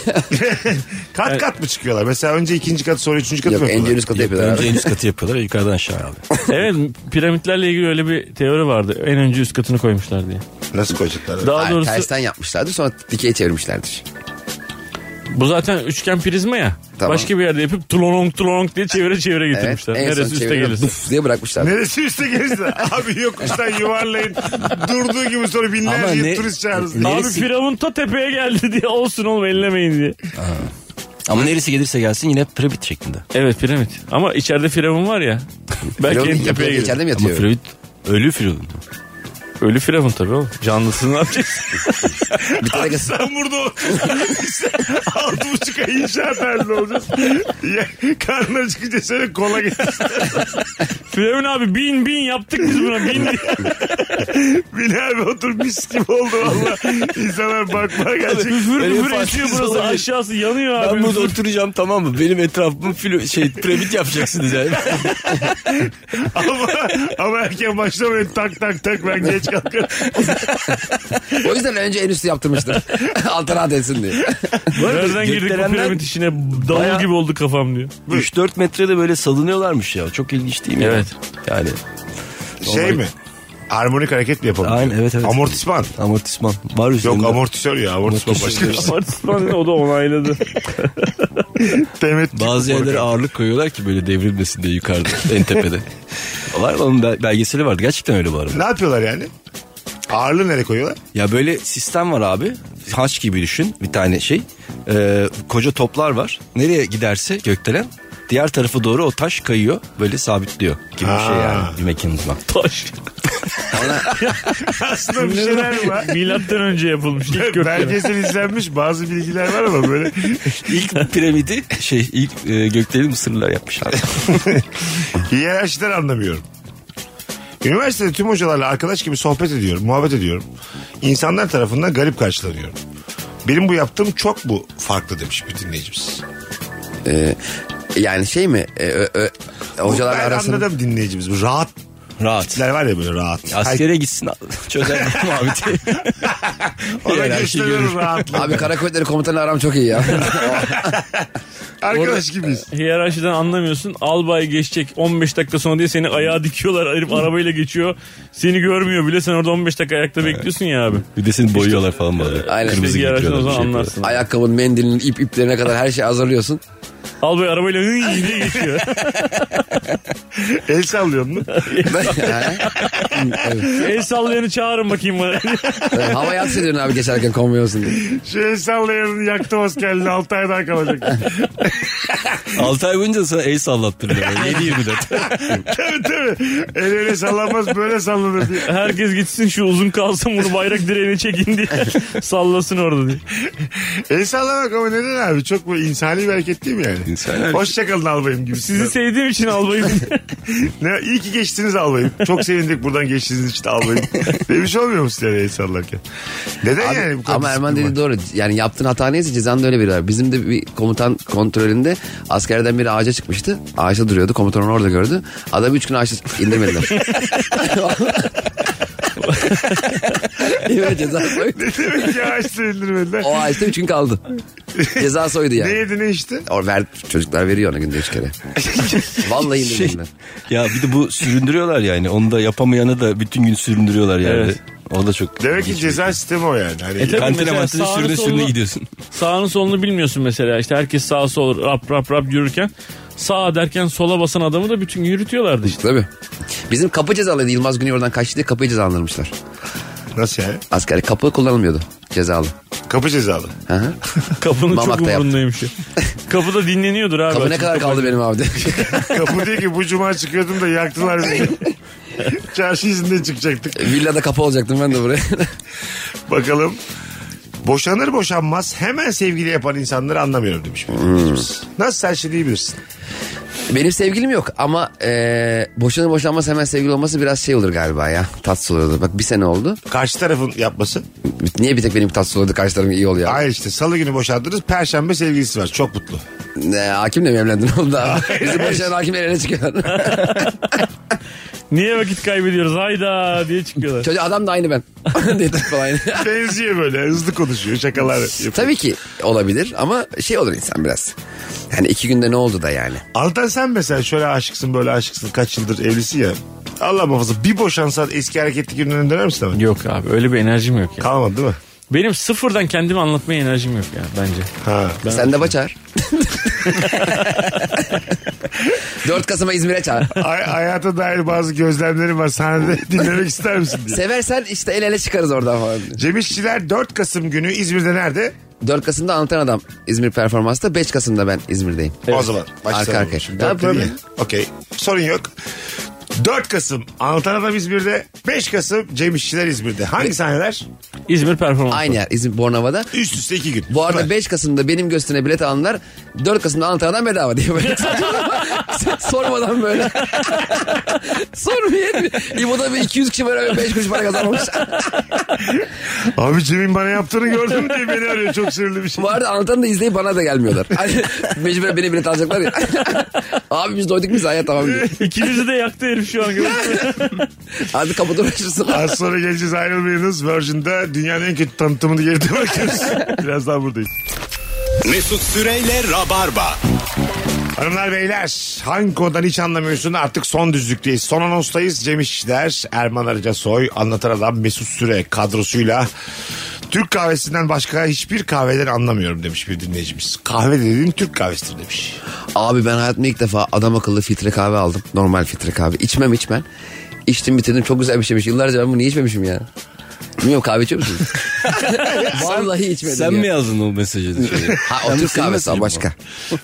Speaker 3: Kat kat mı çıkıyorlar? Mesela önce ikinci kat sonra üçüncü kat
Speaker 4: Yok
Speaker 3: mı
Speaker 4: en
Speaker 3: yapıyorlar?
Speaker 4: üst katı yapıyorlar.
Speaker 5: Önce en üst katı yapıyorlar yukarıdan aşağı abi.
Speaker 6: evet piramitlerle ilgili öyle bir teori vardı. En önce üst katını koymuşlar diye.
Speaker 3: Nasıl koyacaklar?
Speaker 6: Daha
Speaker 4: Hayır,
Speaker 6: doğrusu
Speaker 4: tersten yapmışlardır sonra dikeye çevirmişlerdir.
Speaker 6: bu zaten üçgen prizma ya.
Speaker 4: Tamam.
Speaker 6: Başka bir yerde yapıp tulonong tulonong diye çevire çevire
Speaker 4: Evet.
Speaker 6: getirmişler.
Speaker 4: En son
Speaker 6: Neresi üste
Speaker 4: çevirip
Speaker 6: gelirse.
Speaker 4: duf diye bırakmışlar.
Speaker 3: Neresi üstte gelirse? Abi yokuştan yuvarlayın. Durduğu gibi sonra binlerce
Speaker 5: Ama
Speaker 3: yıl
Speaker 5: ne-
Speaker 3: turist çağırırız.
Speaker 5: ne-
Speaker 6: Abi
Speaker 5: Neresi-
Speaker 6: Firavun ta tepeye geldi diye olsun oğlum ellemeyin diye.
Speaker 5: Ama neresi gelirse gelsin yine piramit şeklinde.
Speaker 6: Evet piramit. Ama içeride Firavun var ya. Belki en tepeye
Speaker 4: Yapıya
Speaker 6: gelir.
Speaker 4: içeride mi
Speaker 5: Ama
Speaker 4: yatıyor?
Speaker 5: piramit ölü firavun.
Speaker 6: Ölü Firavun tabii oğlum. Canlısını ne yapacaksın?
Speaker 4: Bir tane gaz-
Speaker 3: Sen burada ol. Sen altı buçuk ay inşaat halinde olacağız. Ya, karnına çıkınca şöyle kola getir.
Speaker 6: Firavun abi bin bin yaptık biz buna bin diye.
Speaker 3: Bin abi otur mis gibi oldu valla. İnsanlar bakmaya gelecek.
Speaker 6: Üfür
Speaker 5: Öyle
Speaker 6: üfür
Speaker 5: fark
Speaker 6: esiyor
Speaker 5: etmez
Speaker 6: burası
Speaker 5: olabilir.
Speaker 6: aşağısı yanıyor abi.
Speaker 5: Ben burada
Speaker 6: Üfür.
Speaker 5: oturacağım tamam mı? Benim etrafımı filo- şey piramit yapacaksınız yani.
Speaker 3: Ama, ama erken başlamayın tak tak tak ben geç kalkarım.
Speaker 4: O yüzden önce en üstü yaptırmıştır. Alta rahat etsin diye.
Speaker 6: Nereden girdik bu
Speaker 5: Gökdelenler
Speaker 6: piramit işine davul
Speaker 5: Bayağı-
Speaker 6: gibi oldu kafam diyor.
Speaker 5: 3-4 metrede böyle salınıyorlarmış ya. Çok ilginç değil mi?
Speaker 6: Evet.
Speaker 5: Yani
Speaker 3: Şey mi? Harmonik hareket mi yapabiliyor?
Speaker 5: Aynen, evet, evet.
Speaker 3: Amortisman.
Speaker 5: Amortisman. Var
Speaker 3: Yok
Speaker 5: üzerinde.
Speaker 3: amortisör ya amortisman başka bir şey.
Speaker 6: Partisman o da onayladı.
Speaker 3: Demet
Speaker 7: Bazı yerlere ağırlık koyuyorlar ki böyle devrilmesin diye yukarıda en tepede. Var mı? Onun bel- belgeseli vardı. Gerçekten öyle bu arada.
Speaker 3: Ne yapıyorlar yani? Ağırlığı nereye koyuyorlar?
Speaker 7: Ya böyle sistem var abi. Haç gibi düşün bir tane şey. Ee, koca toplar var. Nereye giderse gökdelen diğer tarafı doğru o taş kayıyor. Böyle sabitliyor gibi bir şey yani bir mekanizma.
Speaker 6: Taş.
Speaker 3: Aslında bir şeyler var.
Speaker 6: Milattan önce yapılmış ilk gökdelen.
Speaker 3: Belgesel izlenmiş bazı bilgiler var ama böyle
Speaker 7: İlk piramidi şey ilk e, gökdeleni Mısırlılar yapmışlar.
Speaker 3: hiyerarşiden anlamıyorum. Üniversitede tüm hocalarla arkadaş gibi sohbet ediyorum, muhabbet ediyorum. İnsanlar tarafından garip karşılanıyorum. Benim bu yaptığım çok bu farklı demiş bir dinleyicimiz.
Speaker 4: Ee, yani şey mi? Ee, ö- ö-
Speaker 3: Hocalar
Speaker 4: hocalarla
Speaker 3: ben
Speaker 4: arasında...
Speaker 3: anladım dinleyicimiz. Bu rahatlar
Speaker 7: Rahat.
Speaker 3: var ya böyle rahat.
Speaker 7: Askere gitsin çözer muhabbeti.
Speaker 3: Ona
Speaker 7: Hiyerarşi
Speaker 3: gösteriyorum
Speaker 7: görüyorum.
Speaker 3: rahatlığı.
Speaker 4: Abi kara kuvvetleri komutanı aram çok iyi ya.
Speaker 3: Arkadaş gibiyiz.
Speaker 6: Hiyerarşiden anlamıyorsun. Albay geçecek 15 dakika sonra diye seni ayağa dikiyorlar. Herif arabayla geçiyor. Seni görmüyor bile. Sen orada 15 dakika ayakta bekliyorsun ya abi.
Speaker 7: Bir de seni boyuyorlar falan böyle.
Speaker 4: Aynen.
Speaker 6: İşte
Speaker 7: Kırmızı
Speaker 6: hiyerarşiden o
Speaker 7: giydiriyorlar. bir
Speaker 6: zaman
Speaker 7: şey yapıyorlar.
Speaker 6: anlarsın.
Speaker 4: Ayakkabın, mendilin, ip iplerine kadar her şeyi hazırlıyorsun.
Speaker 6: Albay arabayla hıy diye geçiyor.
Speaker 3: El sallıyor mu?
Speaker 6: El sallayanı çağırın bakayım bana.
Speaker 4: Hava yatsı ediyorsun abi geçerken konmuyorsun diye.
Speaker 3: Şu el sallayanın yaktım askerliğini 6 ay daha kalacak.
Speaker 7: Altı ay boyunca sana el sallattırıyorlar. 7-24.
Speaker 3: tabii tabii. El öyle sallanmaz böyle sallanır diye.
Speaker 6: Herkes gitsin şu uzun kalsın bunu bayrak direğine çekin diye. Sallasın orada diye.
Speaker 3: El sallamak ama neden abi? Çok böyle insani bir hareket değil mi yani?
Speaker 7: İnsani hareket.
Speaker 3: Hoşçakalın albayım gibi.
Speaker 6: Sizi sevdiğim için albayım.
Speaker 3: Ne, iyi ki geçtiniz albayım. Çok sevindik buradan geçtiğiniz için albayım. Demiş olmuyor musun yani el sallarken? Neden yani bu kadar
Speaker 4: Ama Erman
Speaker 3: disiplin
Speaker 4: dedi doğru. Yani yaptığın hata neyse cezan da öyle biri var. Bizim de bir komutan kontrolünde askerden biri ağaca çıkmıştı. Ağaçta duruyordu. Komutan onu orada gördü. Adamı üç gün ağaçta indirmediler. evet ceza soydu.
Speaker 3: var? Ne demek ya ağaçta indirmediler?
Speaker 4: O ağaçta üç gün kaldı. Ceza soydu
Speaker 3: Ne
Speaker 4: yani.
Speaker 3: yedi ne içti?
Speaker 4: O ver, çocuklar veriyor ona günde üç kere. Vallahi indirmediler.
Speaker 7: ya bir de bu süründürüyorlar yani. Onu da yapamayanı da bütün gün süründürüyorlar yani.
Speaker 6: Evet.
Speaker 7: O da çok...
Speaker 3: Demek ki
Speaker 4: şey.
Speaker 3: ceza sistemi o yani.
Speaker 4: E,
Speaker 3: Hani
Speaker 6: tabii
Speaker 7: Kantine
Speaker 6: mesela
Speaker 7: mantine
Speaker 6: sağını
Speaker 7: sürüne
Speaker 6: solunu-
Speaker 7: sürüne gidiyorsun.
Speaker 6: Sağını solunu bilmiyorsun mesela. İşte herkes sağa sol rap rap rap yürürken sağa derken sola basan adamı da bütün gün yürütüyorlardı işte.
Speaker 4: Tabii. Bizim kapı cezalıydı. Yılmaz Güney oradan kaçtı diye kapıyı cezalandırmışlar.
Speaker 3: nasıl yani?
Speaker 4: Askeri kapı kullanılmıyordu cezalı.
Speaker 3: Kapı cezalı.
Speaker 4: Hı hı.
Speaker 6: Kapının çok
Speaker 4: Mamak'ta yaptı.
Speaker 6: umurundaymış. ya. Kapıda dinleniyordur abi.
Speaker 4: Kapı ne
Speaker 6: Açık
Speaker 4: kadar
Speaker 6: kapı.
Speaker 4: kaldı benim abi diye.
Speaker 3: Kapı diyor ki bu cuma çıkıyordum da yaktılar beni. Çarşı izinden çıkacaktık.
Speaker 4: Villada kapı olacaktım ben de buraya.
Speaker 3: Bakalım. Boşanır boşanmaz hemen sevgili yapan insanları anlamıyorum demiş. bir
Speaker 4: Hmm.
Speaker 3: dinleyicimiz. Nasıl sen şimdi iyi bilirsin.
Speaker 4: Benim sevgilim yok ama e, boşanır boşanmaz hemen sevgili olması biraz şey olur galiba ya. Tatsız olurdu. Bak bir sene oldu.
Speaker 3: Karşı tarafın yapması.
Speaker 4: Niye bir tek benim tatsız olurdu karşı tarafım iyi oluyor.
Speaker 3: Hayır işte salı günü boşandınız perşembe sevgilisi var çok mutlu.
Speaker 4: Ne, hakimle mi evlendin oğlum daha? Bizi boşayan hakimle el ele çıkıyor.
Speaker 6: Niye vakit kaybediyoruz hayda diye çıkıyorlar.
Speaker 4: Çocuk adam da aynı ben. Dedi falan.
Speaker 3: Benziyor böyle hızlı konuşuyor şakalar yapıyor.
Speaker 4: Tabii ki olabilir ama şey olur insan biraz. Yani iki günde ne oldu da yani.
Speaker 3: Altan sen mesela şöyle aşıksın böyle aşıksın kaç yıldır evlisin ya. Allah muhafaza bir boşansan eski hareketli günlerine döner misin hemen?
Speaker 6: Yok abi öyle bir enerjim yok ya.
Speaker 3: Kalmadı değil mi?
Speaker 6: Benim sıfırdan kendimi anlatmaya enerjim yok ya bence.
Speaker 3: Ha.
Speaker 4: Sen de baçar. 4 Kasım'a İzmir'e çağır.
Speaker 3: Ay- hayata dair bazı gözlemlerim var sahnede dinlemek ister misin diye.
Speaker 4: Seversen işte el ele çıkarız oradan falan.
Speaker 3: Cem İşçiler 4 Kasım günü İzmir'de nerede?
Speaker 4: 4 Kasım'da anlatan adam İzmir performansta 5 Kasım'da ben İzmir'deyim.
Speaker 3: O zaman başlayalım.
Speaker 4: Arka arkaya.
Speaker 3: Şimdi
Speaker 4: Tabii,
Speaker 3: dörtte
Speaker 4: tabii.
Speaker 3: değil. Okey. Sorun yok. 4 Kasım Anlatan Adam İzmir'de. 5 Kasım Cem İşçiler İzmir'de. Hangi sahneler?
Speaker 6: İzmir performansı.
Speaker 4: Aynı yer İzmir Bornova'da.
Speaker 3: Üst üste 2 gün.
Speaker 4: Bu arada
Speaker 3: Süper.
Speaker 4: 5 Kasım'da benim gösterine bilet alanlar 4 Kasım'da Antalya'dan bedava diye böyle saçmalama. Sormadan böyle. Sormayın. İbo'da bir 200 kişi böyle 5 kuruş para kazanmış.
Speaker 3: Abi Cem'in bana yaptığını gördüm diye beni arıyor. Çok sinirli bir şey.
Speaker 4: Bu arada Antalya'da izleyip bana da gelmiyorlar. Hani mecburen beni bilet alacaklar ya. Abi biz doyduk biz hayat tamam diyor.
Speaker 6: İkimizi de yaktı herif şu an.
Speaker 4: Hadi kapıda uğraşırsın.
Speaker 3: Az sonra geleceğiz ayrılmayınız. Virgin'de dünyanın en kötü tanıtımını geride bırakıyoruz. Birazdan buradayız.
Speaker 2: Mesut Süreyle Rabarba.
Speaker 3: Hanımlar beyler hangi konudan hiç anlamıyorsun artık son düzlükteyiz. Son anonstayız. Cem İşçiler, Erman Arıca Soy, Anlatan Adam Mesut Süre kadrosuyla Türk kahvesinden başka hiçbir kahveden anlamıyorum demiş bir dinleyicimiz. Kahve dediğin Türk kahvesidir demiş.
Speaker 4: Abi ben hayatımda ilk defa adam akıllı filtre kahve aldım. Normal filtre kahve. İçmem içmem. İçtim bitirdim çok güzel bir şeymiş. Yıllarca ben bunu niye içmemişim ya? Bilmiyorum kahve içiyor musunuz? Vallahi içmedim
Speaker 5: Sen
Speaker 4: ya.
Speaker 5: mi yazdın o mesajı? dışarı?
Speaker 4: Ha o Türk kahvesi ama başka.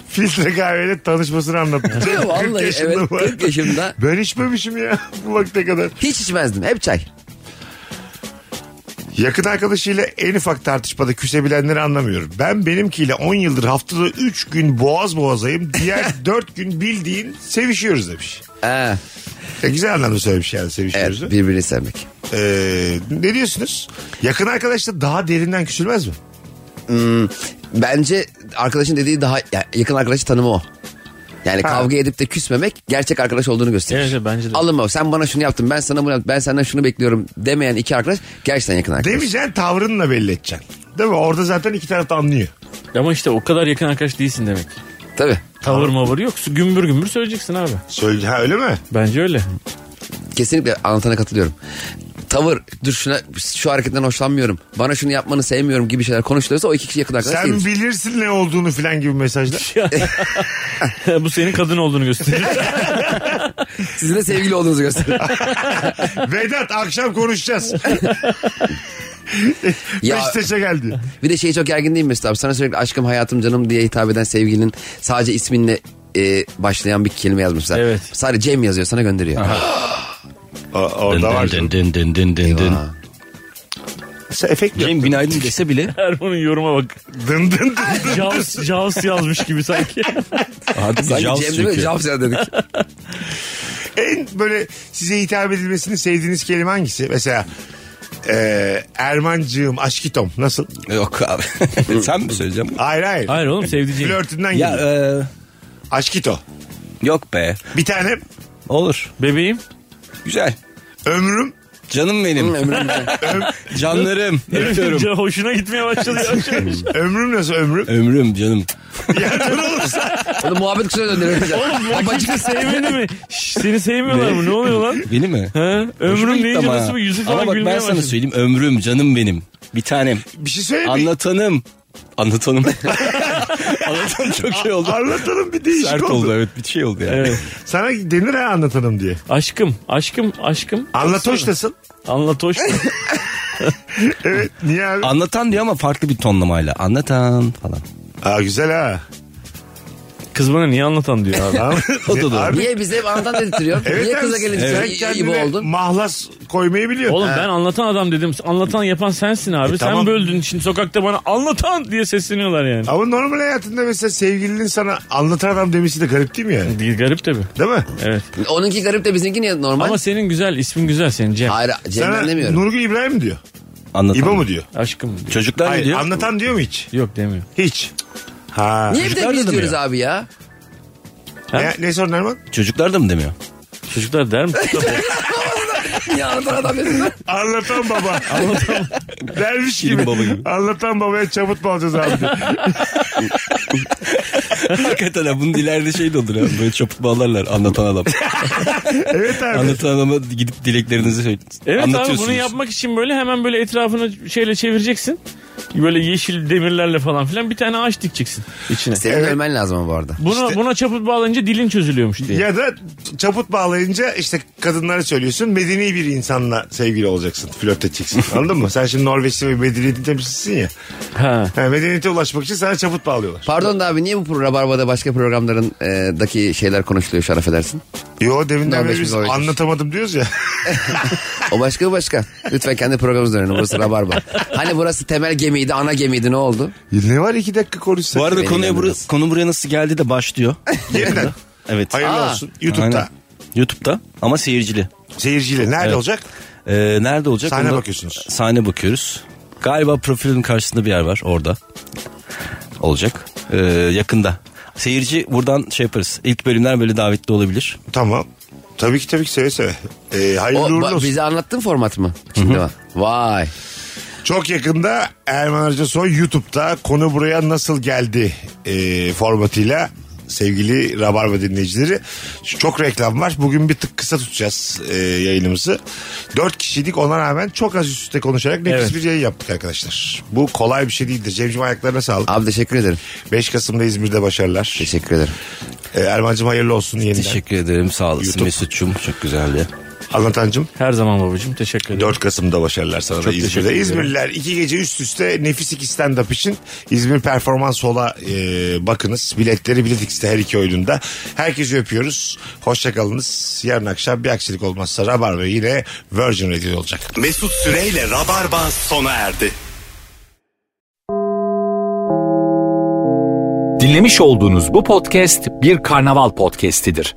Speaker 3: Filtre kahveyle tanışmasını anlattı.
Speaker 4: Ya vallahi
Speaker 3: 40 yaşında
Speaker 4: evet,
Speaker 3: bu
Speaker 4: 40 yaşında.
Speaker 3: Ben içmemişim ya bu vakte kadar.
Speaker 4: Hiç içmezdim. Hep çay.
Speaker 3: Yakın arkadaşıyla en ufak tartışmada küsebilenleri anlamıyorum. Ben benimkiyle 10 yıldır haftada 3 gün boğaz boğazayım. Diğer 4 gün bildiğin sevişiyoruz demiş.
Speaker 4: Ee,
Speaker 3: E, güzel anlamda söylemiş yani
Speaker 4: evet
Speaker 3: sevişiyoruz.
Speaker 4: birbirini sevmek.
Speaker 3: Ee, ne diyorsunuz? Yakın arkadaşla daha derinden küsülmez mi?
Speaker 4: Bence arkadaşın dediği daha ya, yakın arkadaşı tanımı o. Yani kavga edip de küsmemek gerçek arkadaş olduğunu gösterir.
Speaker 6: Evet, evet, bence de.
Speaker 4: Alınma sen bana şunu yaptın ben sana bunu yaptım ben senden şunu bekliyorum demeyen iki arkadaş gerçekten yakın arkadaş.
Speaker 3: Demeyeceksin tavrınla belli edeceksin. Değil mi? Orada zaten iki taraf da anlıyor.
Speaker 6: Ama işte o kadar yakın arkadaş değilsin demek.
Speaker 4: Tabii
Speaker 6: Tavır mavır yok. Gümbür gümbür söyleyeceksin abi.
Speaker 3: Söyle, ha, öyle mi?
Speaker 6: Bence öyle.
Speaker 4: kesinlikle anlatana katılıyorum. Tavır dur şuna şu hareketten hoşlanmıyorum bana şunu yapmanı sevmiyorum gibi şeyler konuşuluyorsa o iki kişi yakın arkadaş
Speaker 3: Sen
Speaker 4: değil.
Speaker 3: bilirsin ne olduğunu filan gibi mesajlar.
Speaker 6: Bu senin kadın olduğunu gösteriyor.
Speaker 4: Sizin de sevgili olduğunuzu gösterir.
Speaker 3: Vedat akşam konuşacağız.
Speaker 4: Ya-
Speaker 3: Beşiktaş'a geldi.
Speaker 4: Bir de şey çok gergin değil mi Mesut abi? Sana sürekli aşkım hayatım canım diye hitap eden sevgilinin sadece isminle e, başlayan bir kelime yazmışlar.
Speaker 6: Evet.
Speaker 4: Sadece Cem yazıyor sana gönderiyor.
Speaker 3: O- orada var.
Speaker 5: Dın dın dın dın dın dın.
Speaker 4: Eyvah.
Speaker 3: Sen efekt mi?
Speaker 5: Cem günaydın dese bile
Speaker 6: Erman'ın yoruma bak.
Speaker 3: Dın dın dın.
Speaker 6: Jaws, Jaws yazmış gibi sanki.
Speaker 5: Hadi
Speaker 4: Sanki
Speaker 5: Jaws
Speaker 4: Cem değil mi?
Speaker 5: çünkü.
Speaker 4: Jaws ya dedik.
Speaker 3: En böyle size hitap edilmesini sevdiğiniz kelime hangisi? Mesela eee Ermancığım aşkitom nasıl?
Speaker 5: Yok abi. Sen mi söyleyeceğim?
Speaker 3: Hayır hayır.
Speaker 6: Hayır oğlum sevdiceğim.
Speaker 3: Flörtünden
Speaker 5: Ya
Speaker 3: geliyor.
Speaker 5: e,
Speaker 3: Aşkito.
Speaker 5: yok be.
Speaker 3: Bir tanem
Speaker 5: Olur.
Speaker 6: Bebeğim.
Speaker 5: Güzel.
Speaker 3: ömrüm
Speaker 5: Canım benim. Canlarım. Öpüyorum.
Speaker 6: Can- Hoşuna gitmeye başladı yavaş yavaş.
Speaker 3: ömrüm nasıl ömrüm?
Speaker 5: Ömrüm canım.
Speaker 3: ya dur oğlum sen.
Speaker 4: Onu muhabbet kuşuna döndürüyoruz.
Speaker 6: Babacık sevmedi mi? Şş, seni sevmiyorlar mı? Ne oluyor lan?
Speaker 5: Beni mi?
Speaker 6: Ha?
Speaker 5: Hoşuma
Speaker 6: Ömrüm
Speaker 5: gitti
Speaker 6: deyince
Speaker 5: ama.
Speaker 6: nasıl bu yüzü
Speaker 5: Ama
Speaker 6: falan
Speaker 5: bak
Speaker 6: gülmeye
Speaker 5: ben sana
Speaker 6: başladı.
Speaker 5: söyleyeyim. Ömrüm canım benim. Bir tanem.
Speaker 3: Bir şey söyle bir.
Speaker 5: Anlatanım. Anlatanım. Anlatanım çok şey oldu.
Speaker 3: Anlatalım bir değişik
Speaker 5: Sert
Speaker 3: oldu.
Speaker 5: oldu evet bir şey oldu yani.
Speaker 6: Evet.
Speaker 3: Sana denir ha anlatalım diye.
Speaker 6: Aşkım, aşkım, aşkım.
Speaker 3: Anlatoş nasıl?
Speaker 6: Anlat hoş.
Speaker 3: Evet niye abi?
Speaker 5: Anlatan diyor ama farklı bir tonlamayla. Anlatan falan.
Speaker 3: Aa, güzel ha.
Speaker 6: Kız bana niye anlatan diyor abi.
Speaker 3: Tamam.
Speaker 5: O da doğru.
Speaker 3: Abi,
Speaker 4: Niye bizi hep anlatan dedirtiyor?
Speaker 3: evet,
Speaker 4: Niye
Speaker 3: abi,
Speaker 4: kıza gelince
Speaker 3: sen
Speaker 4: sen gibi
Speaker 3: kendine
Speaker 4: oldun?
Speaker 3: mahlas koymayı biliyorsun.
Speaker 6: Oğlum ben anlatan adam dedim. Anlatan yapan sensin
Speaker 5: E,
Speaker 6: abi.
Speaker 3: tamam.
Speaker 6: Sen böldün. Şimdi sokakta bana anlatan diye sesleniyorlar yani.
Speaker 3: Ama normal hayatında mesela sevgilinin sana anlatan adam demesi de garip değil mi yani?
Speaker 6: Değil, Garip tabii.
Speaker 3: Değil mi?
Speaker 6: Evet.
Speaker 4: Onunki garip de bizimki niye normal?
Speaker 6: Ama senin güzel, ismin güzel senin Cem.
Speaker 4: Hayır
Speaker 3: Sana
Speaker 4: Cem'den demiyorum.
Speaker 3: Nurgül İbrahim mi diyor?
Speaker 5: Anlatan.
Speaker 3: İbo mu diyor?
Speaker 6: Aşkım. diyor.
Speaker 5: Çocuklar ne
Speaker 3: Hayır,
Speaker 5: diyor?
Speaker 3: anlatan diyor mu hiç?
Speaker 6: Yok demiyor.
Speaker 3: Hiç. Ha.
Speaker 4: Niye bir de
Speaker 5: Çocuklar
Speaker 4: biz
Speaker 5: da
Speaker 4: diyoruz
Speaker 5: demiyor.
Speaker 4: abi ya?
Speaker 3: Ne, ne sorun Erman?
Speaker 5: Çocuklar da mı demiyor?
Speaker 6: Çocuklar der mi?
Speaker 4: Niye anlatan adam dedirtiyor?
Speaker 3: Anlatan baba. Anlatan Derviş gibi.
Speaker 5: Şirin baba gibi.
Speaker 3: Anlatan babaya çabut mu alacağız abi? diyor.
Speaker 5: Hakikaten ha, bunun ileride şey de olur ha. Böyle çaput bağlarlar anlatan adam.
Speaker 3: evet abi.
Speaker 5: anlatan adama gidip dileklerinizi söyle.
Speaker 6: evet abi
Speaker 5: anlatıyorsunuz.
Speaker 6: bunu yapmak için böyle hemen böyle etrafını şeyle çevireceksin. Böyle yeşil demirlerle falan filan bir tane ağaç dikeceksin içine.
Speaker 4: Senin
Speaker 3: Evet.
Speaker 4: ölmen lazım ama bu arada.
Speaker 6: Buna, buna çaput bağlayınca dilin çözülüyormuş diye.
Speaker 3: Ya da çaput bağlayınca işte kadınlara söylüyorsun medeni bir insanla sevgili olacaksın. Flört edeceksin. Anladın mı? Sen şimdi Norveçli ve medeniyetin temsilcisisin ya.
Speaker 6: Ha.
Speaker 3: Ha, medeniyete ulaşmak için sana çaput bağlıyorlar.
Speaker 4: Pardon da abi niye bu pro- Rabarba'da başka programların e, daki şeyler konuşuluyor şaraf edersin?
Speaker 3: Yo deminden
Speaker 4: Norveç
Speaker 3: beri biz
Speaker 4: mi, Norveç mi?
Speaker 3: anlatamadım diyoruz ya.
Speaker 4: O başka bu başka. Lütfen kendi programımıza dönelim. Burası Rabarba. Hani burası temel gemiydi, ana gemiydi ne oldu?
Speaker 3: ne var iki dakika konuşsak?
Speaker 5: Bu arada
Speaker 4: Beni
Speaker 5: konuya bura,
Speaker 4: inandırmasın.
Speaker 5: konu buraya nasıl geldi de başlıyor.
Speaker 3: Yeniden.
Speaker 5: Evet.
Speaker 3: Hayırlı
Speaker 4: Aa.
Speaker 3: olsun. YouTube'da.
Speaker 5: Aynen. YouTube'da ama seyircili.
Speaker 3: Seyirciyle. Nerede
Speaker 5: Evet.
Speaker 3: olacak?
Speaker 5: Ee, nerede olacak?
Speaker 3: Sahne
Speaker 5: Onda-
Speaker 3: bakıyorsunuz.
Speaker 5: Sahne bakıyoruz. Galiba profilin karşısında bir yer var orada. Olacak. Ee, yakında. Seyirci buradan şey yaparız. İlk bölümler böyle davetli olabilir.
Speaker 3: Tamam. Tabii ki tabii ki seve seve. Ee,
Speaker 4: O,
Speaker 3: hayırlı uğurlu
Speaker 4: ba-
Speaker 3: olsun.
Speaker 4: bize anlattın format mı? Şimdi bak. Vay.
Speaker 3: Çok yakında Erman Arıca Soy YouTube'da konu buraya nasıl geldi e, ee, formatıyla sevgili Rabarba dinleyicileri. Çok reklam var. Bugün bir tık kısa tutacağız e, yayınımızı. Dört kişiydik ona rağmen çok az üst üste konuşarak nefis
Speaker 6: Evet.
Speaker 3: bir yayın yaptık arkadaşlar. Bu kolay bir şey değildir. Cemciğim ayaklarına sağlık.
Speaker 4: Abi teşekkür ederim.
Speaker 3: 5 Kasım'da İzmir'de başarılar.
Speaker 4: Teşekkür ederim.
Speaker 3: E, Erman'cığım hayırlı olsun yeniden.
Speaker 5: Teşekkür ederim sağ
Speaker 3: YouTube.
Speaker 5: olasın Mesut'cum çok güzeldi.
Speaker 3: Anlatancığım.
Speaker 6: Her zaman babacığım teşekkür ederim.
Speaker 3: 4 Kasım'da başarılar sana da
Speaker 6: teşekkür
Speaker 3: İzmir'de.
Speaker 6: ederim.
Speaker 3: İzmirliler iki gece üst üste Nefis iki stand-up için İzmir Performans Hall'a e, bakınız. Biletleri Bilet X'te her iki oyununda. Herkesi öpüyoruz. Hoşçakalınız. Yarın akşam bir aksilik olmazsa Rabarba yine Virgin Radio olacak.
Speaker 2: Mesut Süreyle Rabarba sona erdi.
Speaker 1: Dinlemiş olduğunuz bu podcast bir karnaval podcastidir.